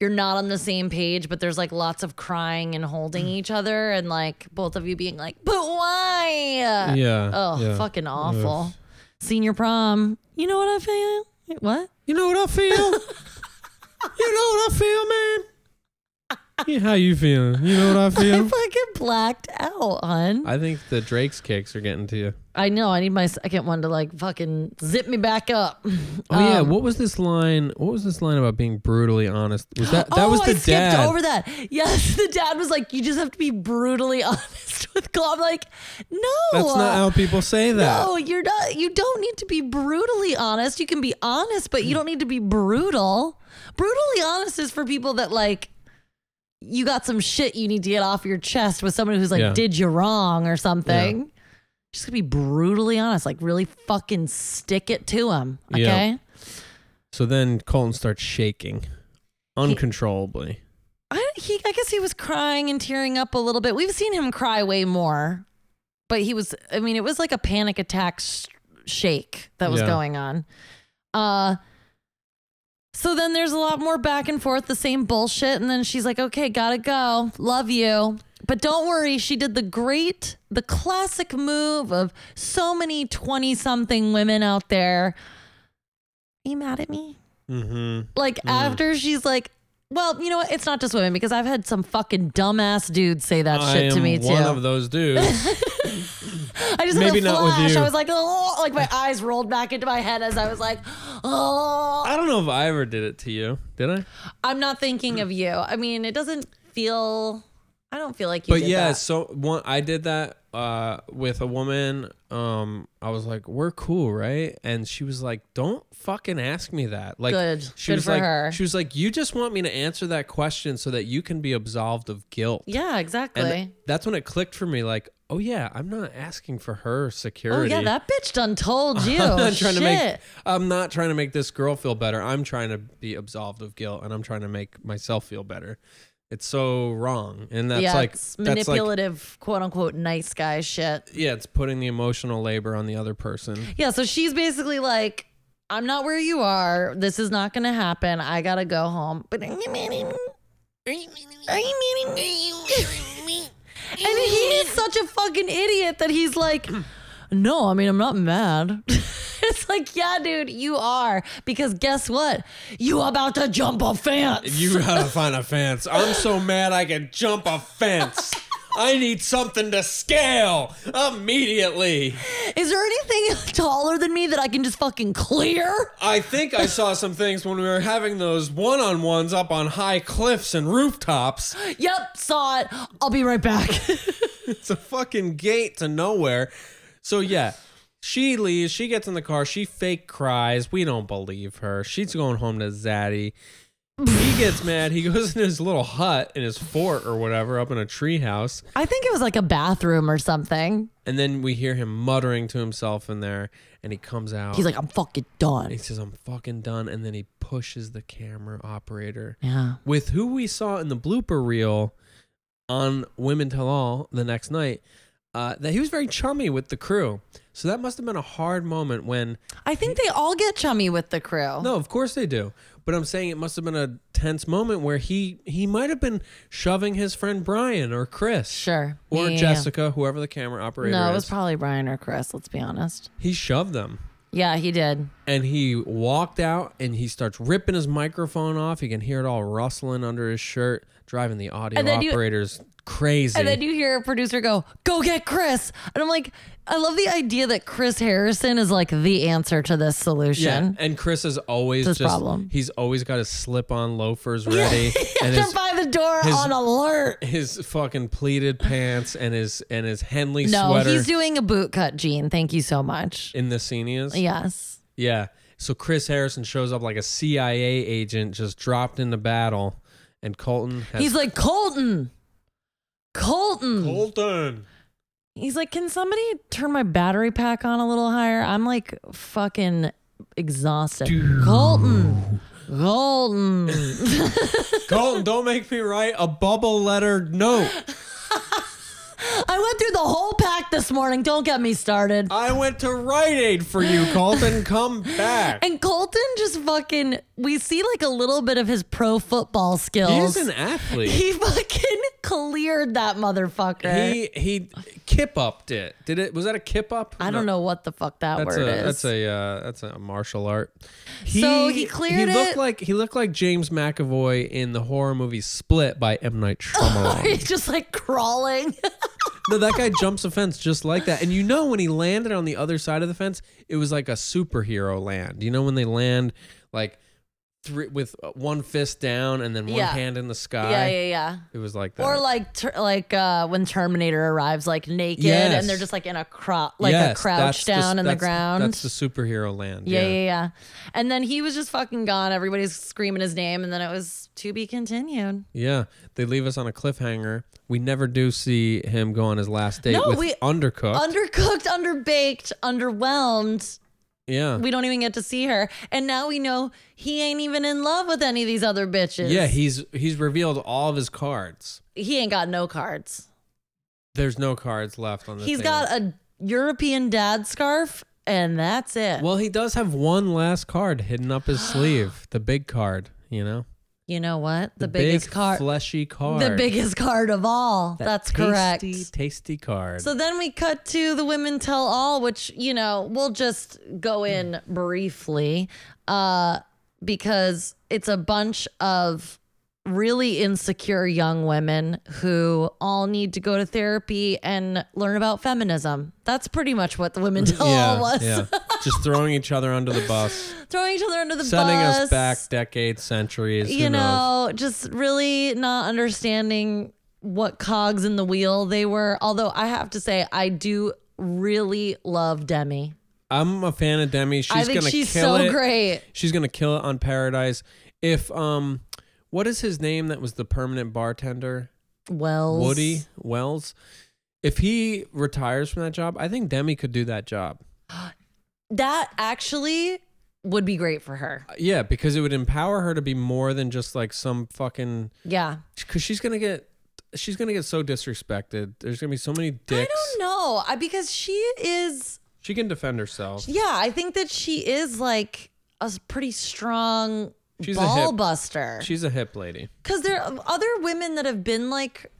S1: you're not on the same page, but there's like lots of crying and holding each other, and like both of you being like, but why?
S2: yeah.
S1: Oh,
S2: yeah.
S1: fucking awful. Senior prom. You know what I feel? Wait, What?
S2: You know what I feel? you know what I feel, man. Yeah, how you feeling? You know what I
S1: I
S2: feel?
S1: fucking blacked out, hon.
S2: I think the Drake's cakes are getting to you.
S1: I know. I need my second one to like fucking zip me back up.
S2: Oh yeah,
S1: Um,
S2: what was this line? What was this line about being brutally honest? Was that that
S1: oh,
S2: was the
S1: I skipped
S2: dad?
S1: over that. Yes, the dad was like, "You just have to be brutally honest with Cole." I'm like, "No,
S2: That's not how people say that.
S1: no, you're not. You don't need to be brutally honest. You can be honest, but you don't need to be brutal. Brutally honest is for people that like." You got some shit you need to get off your chest with somebody who's like
S2: Yeah.
S1: did you wrong or something. Just gonna be brutally honest, like really fucking stick it to him. Okay.
S2: Yeah. So then Colton starts shaking uncontrollably.
S1: I he I guess he was crying and tearing up a little bit. We've seen him cry way more, but he was I mean it was like a panic attack sh- shake that was
S2: Yeah.
S1: going on. Uh so then there's a lot more back and forth, the same bullshit, and then she's like, "Okay, gotta go. Love you." But don't worry, she did the great, the classic move of so many 20 something women out there. Are you mad at me?
S2: Mm-hmm.
S1: like after she's like well you know what it's not just women because i've had some fucking dumbass dudes say that
S2: I
S1: shit
S2: am
S1: to me too
S2: one of those dudes.
S1: i just had
S2: maybe
S1: a
S2: not with
S1: flash
S2: you.
S1: i was like oh like my eyes rolled back into my head as i was like oh
S2: I don't know if I ever did it to you, did I?
S1: i'm not thinking of you i mean it doesn't feel i don't feel like you
S2: but
S1: did
S2: yeah,
S1: that.
S2: so one I did that uh, with a woman. Um, I was like, "We're cool, right?" And she was like, "Don't fucking ask me that." Like,
S1: Good.
S2: She
S1: Good
S2: was
S1: for
S2: like,
S1: her.
S2: she was like, "You just want me to answer that question so that you can be absolved of guilt."
S1: yeah exactly
S2: And that's when it clicked for me. Like, oh yeah, I'm not asking for her
S1: oh
S2: security.
S1: yeah that bitch done told you
S2: I'm not
S1: shit.
S2: trying to make I'm not trying to make this girl feel better. I'm trying to be absolved of guilt and I'm trying to make myself feel better. It's so wrong, and that's
S1: yeah,
S2: like
S1: it's
S2: that's like
S1: manipulative, quote unquote, nice guy shit.
S2: yeah, it's putting the emotional labor on the other person.
S1: Yeah, so she's basically like, I'm not where you are. This is not going to happen. I got to go home. But are you meeting me? Are you meeting me? Are you meeting me? And he's such a fucking idiot that he's like, no, I mean, I'm not mad. it's like, yeah, dude, you are. Because guess what? You about to jump a fence.
S2: You gotta find a fence. I'm so mad I can jump a fence. I need something to scale immediately.
S1: Is there anything taller than me that I can just fucking clear?
S2: I think I saw some things when we were having those one on ones up on high cliffs and rooftops.
S1: Yep, saw it. I'll be right back.
S2: It's a fucking gate to nowhere. So, yeah, she leaves. She gets in the car. She fake cries. We don't believe her. She's going home to Zaddy. He gets mad. He goes in his little hut in his fort or whatever up in a treehouse.
S1: I think it was like a bathroom or something.
S2: And then we hear him muttering to himself in there. And he comes out.
S1: He's like, I'm fucking done.
S2: he says, I'm fucking done. And then he pushes the camera operator.
S1: Yeah.
S2: with who we saw in the blooper reel on Women Tell All the next night, uh, that he was very chummy with the crew. So that must have been a hard moment when.
S1: I think they all get chummy with the crew.
S2: No, of course they do. But I'm saying it must have been a tense moment where he he might have been shoving his friend Brian or Chris
S1: Sure.
S2: or
S1: Yeah, yeah,
S2: Jessica, whoever the camera
S1: yeah.
S2: operator
S1: No, it
S2: is.
S1: was probably Brian or Chris, let's be honest.
S2: he shoved them.
S1: Yeah, he did.
S2: And he walked out and he starts ripping his microphone off. You can hear it all rustling under his shirt, driving the audio
S1: And then you-
S2: operators crazy.
S1: And then you hear a producer go, Go get Chris. And I'm like, I love the idea that Chris Harrison is like the answer to this
S2: Yeah,
S1: solution.
S2: and Chris is always
S1: It's
S2: just
S1: his problem.
S2: he's always got his slip-on loafers ready and
S1: They're
S2: his
S1: by the door
S2: his-
S1: on alert.
S2: his fucking pleated pants and his and his Henley
S1: No,
S2: sweater
S1: he's doing a boot cut, Gene. Thank you so much.
S2: in the scene he is.
S1: Yes.
S2: Yeah. So Chris Harrison shows up like a CIA agent just dropped into battle and Colton has
S1: He's like, Colton. Colton.
S2: Colton.
S1: He's like, Can somebody turn my battery pack on a little higher? I'm like fucking exhausted. Colton. Colton.
S2: Colton, don't make me write a bubble letter note.
S1: I went through the whole pack this morning. Don't get me started.
S2: I went to Rite Aid for you, Colton. Come back.
S1: And Colton just fucking, we see like a little bit of his pro football skills.
S2: He's an athlete.
S1: he fucking cleared that motherfucker.
S2: He he kip upped it. Did it was that a kip up?
S1: I don't know what the fuck that
S2: That's
S1: word
S2: a
S1: is.
S2: that's a uh, that's a martial art.
S1: So he cleared
S2: He looked
S1: it.
S2: like he looked like James McAvoy in the horror movie Split by M Night Shyamalan.
S1: He's just like crawling.
S2: no, that guy jumps a fence just like that. And you know when he landed on the other side of the fence, it was like a superhero land. You know when they land like three with uh, one fist down and then one
S1: Yeah.
S2: hand in the sky.
S1: yeah, yeah, yeah.
S2: It was like that.
S1: Or like ter- like uh, when Terminator arrives, like naked,
S2: Yes.
S1: and they're just like in a crop, like
S2: Yes,
S1: a
S2: that's
S1: crouch
S2: the-
S1: down in the
S2: that's-
S1: ground.
S2: That's the superhero land.
S1: yeah, yeah, yeah, And then he was just fucking gone. Everybody's screaming his name, and then it was to be continued.
S2: Yeah, they leave us on a cliffhanger. We never do see him go on his last date
S1: No,
S2: with
S1: we-
S2: Undercooked.
S1: Undercooked, underbaked, underwhelmed.
S2: yeah,
S1: We don't even get to see her, and now we know he ain't even in love with any of these other bitches.
S2: yeah, he's he's revealed all of his cards.
S1: he ain't got no cards.
S2: There's no cards left on the.
S1: He's
S2: table.
S1: got a European dad scarf, and that's it.
S2: Well, he does have one last card hidden up his sleeve, the big card. You know,
S1: you know what? The,
S2: big,
S1: biggest card.
S2: fleshy card,
S1: The biggest card of all. That's correct.
S2: tasty, tasty card.
S1: So then we cut to the women tell all, which, you know, we'll just go in briefly uh, because it's a bunch of really insecure young women who all need to go to therapy and learn about feminism. That's pretty much what the women tell all
S2: yeah,
S1: was.
S2: yeah, just throwing each other under the bus,
S1: Throwing each other under the
S2: sending
S1: bus.
S2: us back decades, centuries.
S1: you
S2: who knows?
S1: know, just really not understanding what cogs in the wheel they were. Although I have to say, I do really love Demi.
S2: I'm a fan of Demi. She's
S1: I think
S2: gonna
S1: she's
S2: kill
S1: so
S2: it.
S1: great.
S2: She's gonna kill it on Paradise. If um, what is his name? That was the permanent bartender,
S1: Wells.
S2: Woody Wells. If he retires from that job, I think Demi could do that job.
S1: That actually would be great for her.
S2: Uh, Yeah, because it would empower her to be more than just like some fucking.
S1: Yeah.
S2: Because she's gonna get, she's gonna get so disrespected. There's gonna be so many dicks.
S1: I don't know. I, because she is,
S2: She can defend herself.
S1: yeah, I think that she is like a s- pretty strong
S2: She's a
S1: ball
S2: hip-
S1: buster.
S2: She's a hip lady.
S1: Because there are other women that have been like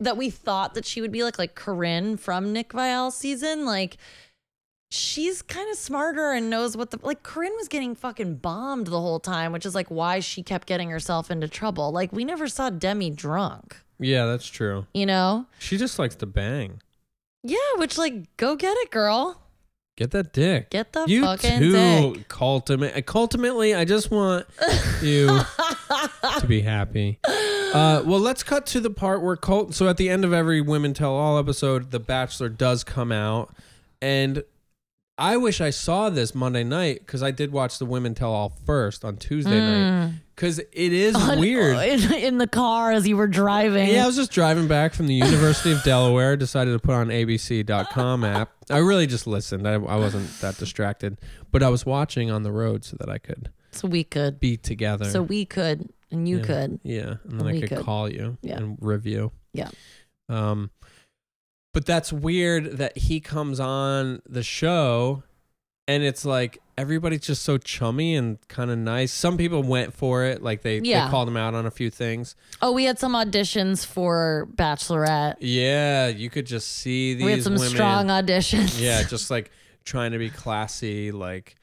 S1: that we thought that she would be like like Corinne from Nick Vial season, like she's kind of smarter and knows what the like Corinne was getting fucking bombed the whole time, which is like why she kept getting herself into trouble. Like we never saw Demi drunk,
S2: Yeah, that's true.
S1: you know?
S2: She just likes to bang.
S1: Yeah, which like go get it, girl.
S2: Get that dick.
S1: Get the
S2: you
S1: fucking
S2: too,
S1: dick.
S2: Ultimate. Ultimately, I just want you to be happy. Uh, well, let's cut to the part where Colt. So at the end of every Women Tell All episode, The Bachelor does come out, and I wish I saw this Monday night because I did watch the Women Tell All first on Tuesday
S1: Mm.
S2: night because it is weird.
S1: In, in the car as you were driving.
S2: Yeah, I was just driving back from the University of Delaware. Decided to put on ABC.com app. I really just listened. I, I wasn't that distracted, but I was watching on the road so that I could
S1: So we could.
S2: be together.
S1: So we could and you
S2: yeah.
S1: could.
S2: Yeah, and then I
S1: We
S2: could,
S1: could.
S2: call you
S1: Yeah.
S2: and review.
S1: Yeah.
S2: Um, but that's weird that he comes on the show, and it's like everybody's just so chummy and kind of nice. Some people went for it, like they,
S1: Yeah.
S2: they called him out on a few things.
S1: Oh, we had some auditions for Bachelorette.
S2: Yeah, you could just see these
S1: we had some
S2: women.
S1: strong auditions.
S2: yeah, just like trying to be classy, like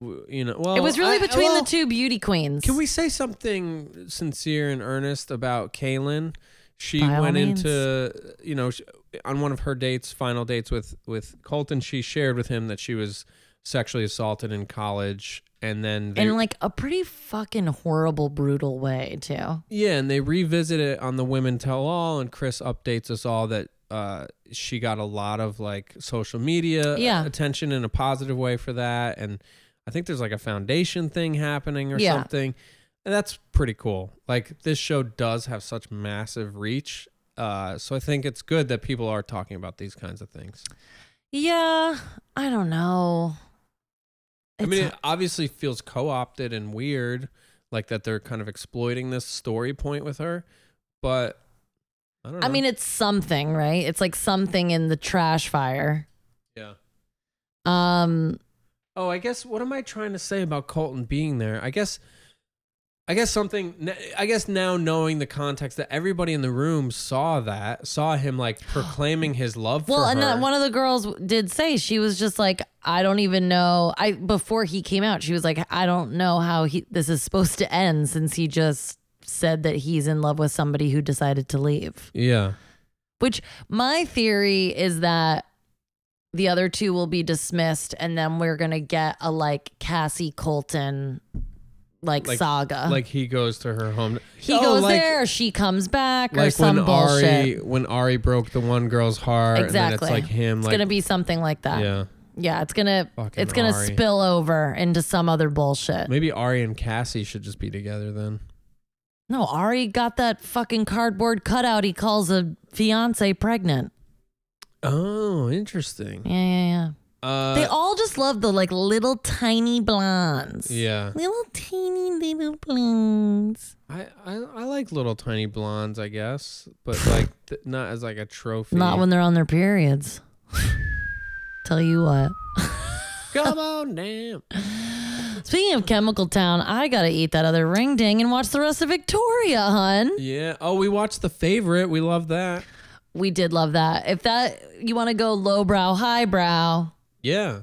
S2: w- you know. Well,
S1: it was really
S2: I-
S1: between
S2: well,
S1: the two beauty queens.
S2: Can we say something sincere and earnest about Kaylin? She
S1: By all
S2: went
S1: means.
S2: into you know sh- on one of her dates, final dates with with Colton. She shared with him that she was sexually assaulted in college, and then they,
S1: In like a pretty fucking horrible, brutal way too.
S2: yeah, and they revisit it on the Women Tell All, and Chris updates us all that. Uh, she got a lot of like social media uh,
S1: Yeah.
S2: attention in a positive way for that, and I think there's like a foundation thing happening or
S1: Yeah.
S2: something. And that's pretty cool. Like this show does have such massive reach. Uh, so I think it's good that people are talking about these kinds of things.
S1: Yeah, I don't know.
S2: I mean,
S1: It's-
S2: it obviously feels co-opted and weird, like that they're kind of exploiting this story point with her. But I don't know.
S1: I mean, it's something, right? It's like something in the trash fire.
S2: yeah.
S1: Um,
S2: Oh, I guess what am I trying to say about Colton being there? I guess, I guess something. I guess now knowing the context that everybody in the room saw that saw him like proclaiming his love
S1: well,
S2: for
S1: and
S2: her.
S1: that one of the girls did say she was just like, I don't even know. I before he came out, she was like, I don't know how he this is supposed to end since he just said that he's in love with somebody who decided to leave.
S2: yeah,
S1: Which my theory is that the other two will be dismissed, and then we're gonna get a like Cassie Colton like,
S2: Like-
S1: saga.
S2: like he goes to her home.
S1: Uh. he
S2: Oh,
S1: goes
S2: like-
S1: there, she comes back, or
S2: Like
S1: some
S2: when
S1: bullshit.
S2: Ari when Ari broke the one girl's heart, and then
S1: exactly.
S2: it's like him,
S1: It's
S2: like
S1: gonna be something like that. Yeah,
S2: yeah,
S1: it's gonna
S2: Fucking
S1: it's gonna
S2: Ari.
S1: spill over into some other bullshit.
S2: maybe Ari and Cassie should just be together then.
S1: No, Ari got that fucking cardboard cutout. He calls a fiance pregnant.
S2: Oh, interesting.
S1: Yeah, yeah, yeah.
S2: Uh,
S1: Uh. they all just love the like little tiny blondes.
S2: yeah.
S1: Little teeny little blings.
S2: I, I I like little tiny blondes, I guess, but like th- not as like a trophy.
S1: Not when they're on their periods. Tell you what.
S2: Come on, damn.
S1: Speaking of Chemical Town, I gotta eat that other ring ding and watch the rest of Victoria, hun.
S2: Yeah. Oh, we watched the favorite. We love that.
S1: We did love that. If that you want to go lowbrow, highbrow,
S2: Yeah.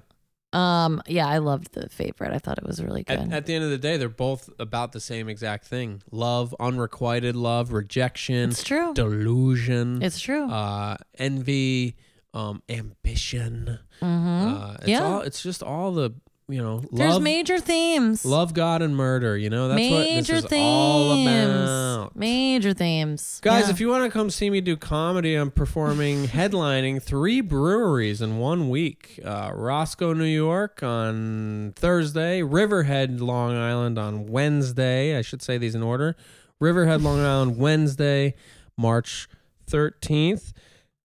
S1: um, yeah, I loved the favorite. I thought it was really good.
S2: At, at the end of the day, they're both about the same exact thing: love, unrequited love, rejection,
S1: it's true.
S2: delusion,
S1: It's true.
S2: uh, envy, um, ambition.
S1: mm-hmm.
S2: Uh, it's
S1: Yeah.
S2: all. It's just all the you know
S1: There's
S2: love,
S1: major themes.
S2: love, God, and murder. You know that's what this
S1: major
S2: is
S1: themes.
S2: all about.
S1: Major themes.
S2: Guys,
S1: Yeah.
S2: if you want to come see me do comedy, I'm performing headlining three breweries in one week. Uh, Roscoe, New York on Thursday, Riverhead, Long Island on Wednesday. I should say these in order. Riverhead, Long Island, Wednesday, March 13th.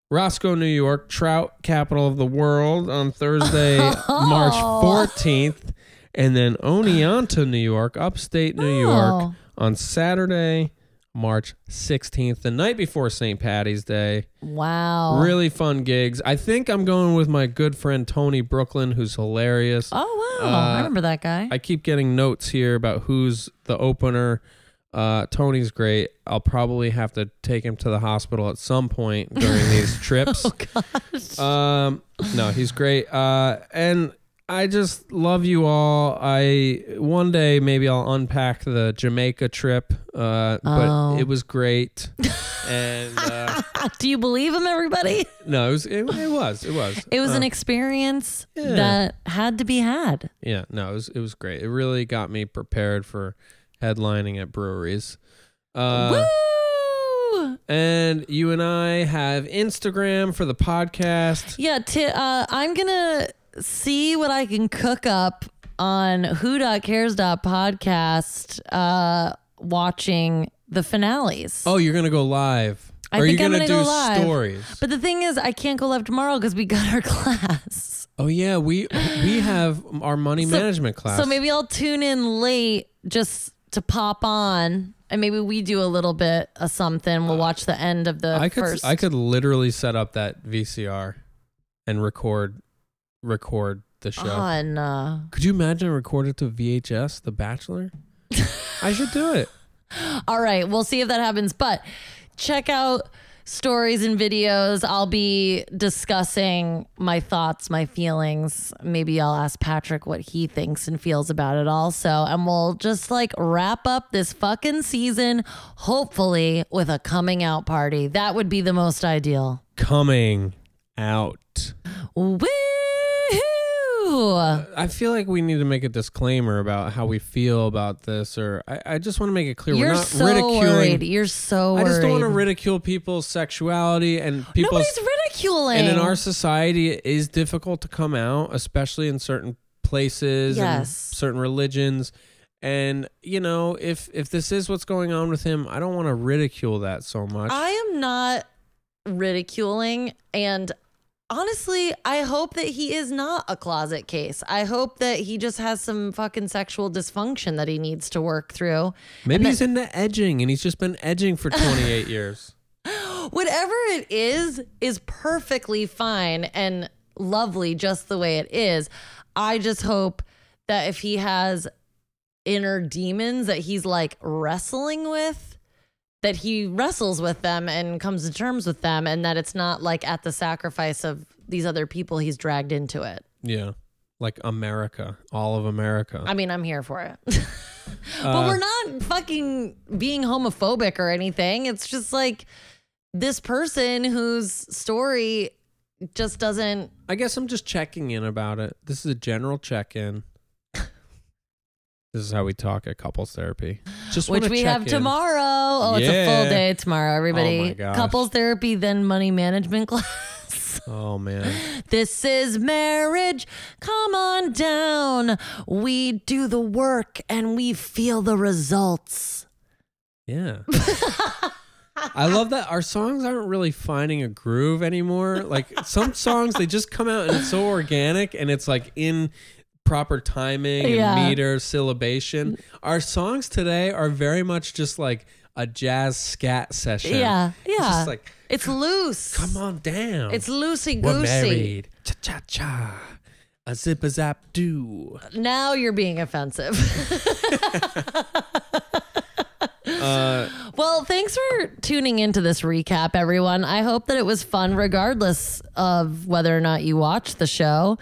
S2: Roscoe, New York, Trout, capital of the world on Thursday, March 14th. and then Oneonta, New York, upstate New York,
S1: Oh.
S2: on Saturday, March 16th, the night before St. Patty's Day.
S1: Wow.
S2: Really fun gigs. I think I'm going with my good friend Tony Brooklyn, who's hilarious.
S1: Oh wow.
S2: Uh,
S1: I remember that guy.
S2: I keep getting notes here about who's the opener. Uh, Tony's great. I'll probably have to take him to the hospital at some point during these trips.
S1: Oh,
S2: Um, no, he's great. Uh, and I just love you all. I one day maybe I'll unpack the Jamaica trip, uh,
S1: Oh.
S2: but it was great. and uh,
S1: Do you believe him, everybody?
S2: no, it was it, it was it was
S1: It was
S2: Uh,
S1: an experience
S2: yeah.
S1: that had to be had.
S2: yeah no it was it was great. It really got me prepared for headlining at breweries. Uh,
S1: Woo!
S2: and you and I have Instagram for the podcast.
S1: Yeah, t- uh, I'm gonna see what I can cook up on who.cares.podcast uh, watching the finales.
S2: Oh, you're gonna go live.
S1: I
S2: Or are you
S1: think I'm
S2: gonna,
S1: gonna
S2: do
S1: go live.
S2: stories?
S1: But the thing is, I can't go live tomorrow because we got our class.
S2: Oh yeah, we we have our money management class.
S1: So maybe I'll tune in late just to pop on, and maybe we do a little bit of something. We'll watch the end of the
S2: Uh, I could
S1: first.
S2: I could literally set up that VCR and record record the show.
S1: on. Uh,
S2: could you imagine record it to VHS, The Bachelor? I should do it.
S1: All right, we'll see if that happens. But check out stories and videos. I'll be discussing my thoughts, my feelings. Maybe I'll ask Patrick what he thinks and feels about it also. And we'll just like wrap up this fucking season, hopefully, with a coming out party. That would be the most ideal.
S2: Coming out.
S1: Woohoo!
S2: I feel like we need to make a disclaimer about how we feel about this, or I, I just want to make it clear
S1: You're
S2: we're not
S1: so
S2: ridiculing.
S1: worried. You're so
S2: I
S1: worried.
S2: just don't want to ridicule people's sexuality and people's
S1: Nobody's ridiculing.
S2: And in our society, it is difficult to come out, especially in certain places and
S1: Yes.
S2: certain religions. And you know, if if this is what's going on with him, I don't want to ridicule that so much.
S1: I am not ridiculing and honestly, I hope that he is not a closet case. I hope that he just has some fucking sexual dysfunction that he needs to work through.
S2: Maybe he's into edging, and he's just been edging for 28 years.
S1: Whatever it is is perfectly fine and lovely just the way it is. I just hope that if he has inner demons that he's like wrestling with that he wrestles with them and comes to terms with them and that it's not like at the sacrifice of these other people he's dragged into it.
S2: Yeah, like America, all of America.
S1: I mean, I'm here for it. but
S2: Uh,
S1: we're not fucking being homophobic or anything. It's just like this person whose story just doesn't
S2: I guess I'm just checking in about it. This is a general check-in. this is how we talk at couples therapy. Just
S1: which
S2: wanna
S1: we
S2: check
S1: have
S2: in.
S1: tomorrow. Oh, it's a
S2: Yeah.
S1: full day tomorrow, everybody.
S2: Oh my gosh.
S1: Couples therapy, then money management class.
S2: Oh man.
S1: This is marriage. Come on down. We do the work and we feel the results.
S2: Yeah. I love that our songs aren't really finding a groove anymore. Like some songs, they just come out and it's so organic and it's like in proper timing and
S1: Yeah. Mm.
S2: meter syllabation. Our songs today are very much just like a jazz scat session.
S1: Yeah,
S2: It's
S1: yeah.
S2: just like,
S1: It's loose.
S2: come on down.
S1: It's loosey
S2: We're
S1: goosey.
S2: married. Cha cha cha. A zip a zap do.
S1: Now you're being offensive.
S2: Uh,
S1: well, thanks for tuning into this recap, everyone. I hope that it was fun, regardless of whether or not you watched the show.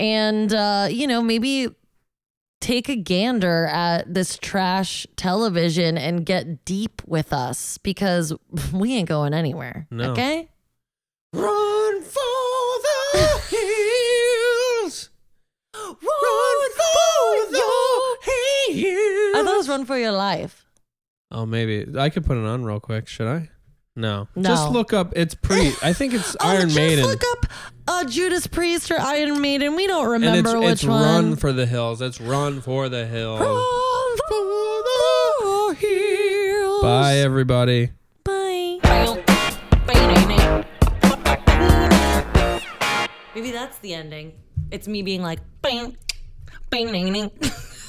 S1: And, uh, you know, maybe take a gander at this trash television and get deep with us because we ain't going anywhere.
S2: No.
S1: Okay?
S2: Run for the hills. Run, for the hills.
S1: I thought it was Run for Your Life.
S2: oh, maybe I could put it on real quick. Should I? No.
S1: No.
S2: Just look up. It's pretty. I think it's
S1: oh,
S2: Iron
S1: just
S2: Maiden.
S1: look up uh, Judas Priest or Iron Maiden. We don't
S2: and
S1: remember
S2: it's,
S1: which
S2: it's
S1: one.
S2: Run for the Hills. It's Run for the Hills. Bye, everybody.
S1: Bye. Maybe that's the ending. It's me being like, Bing, ding, ding.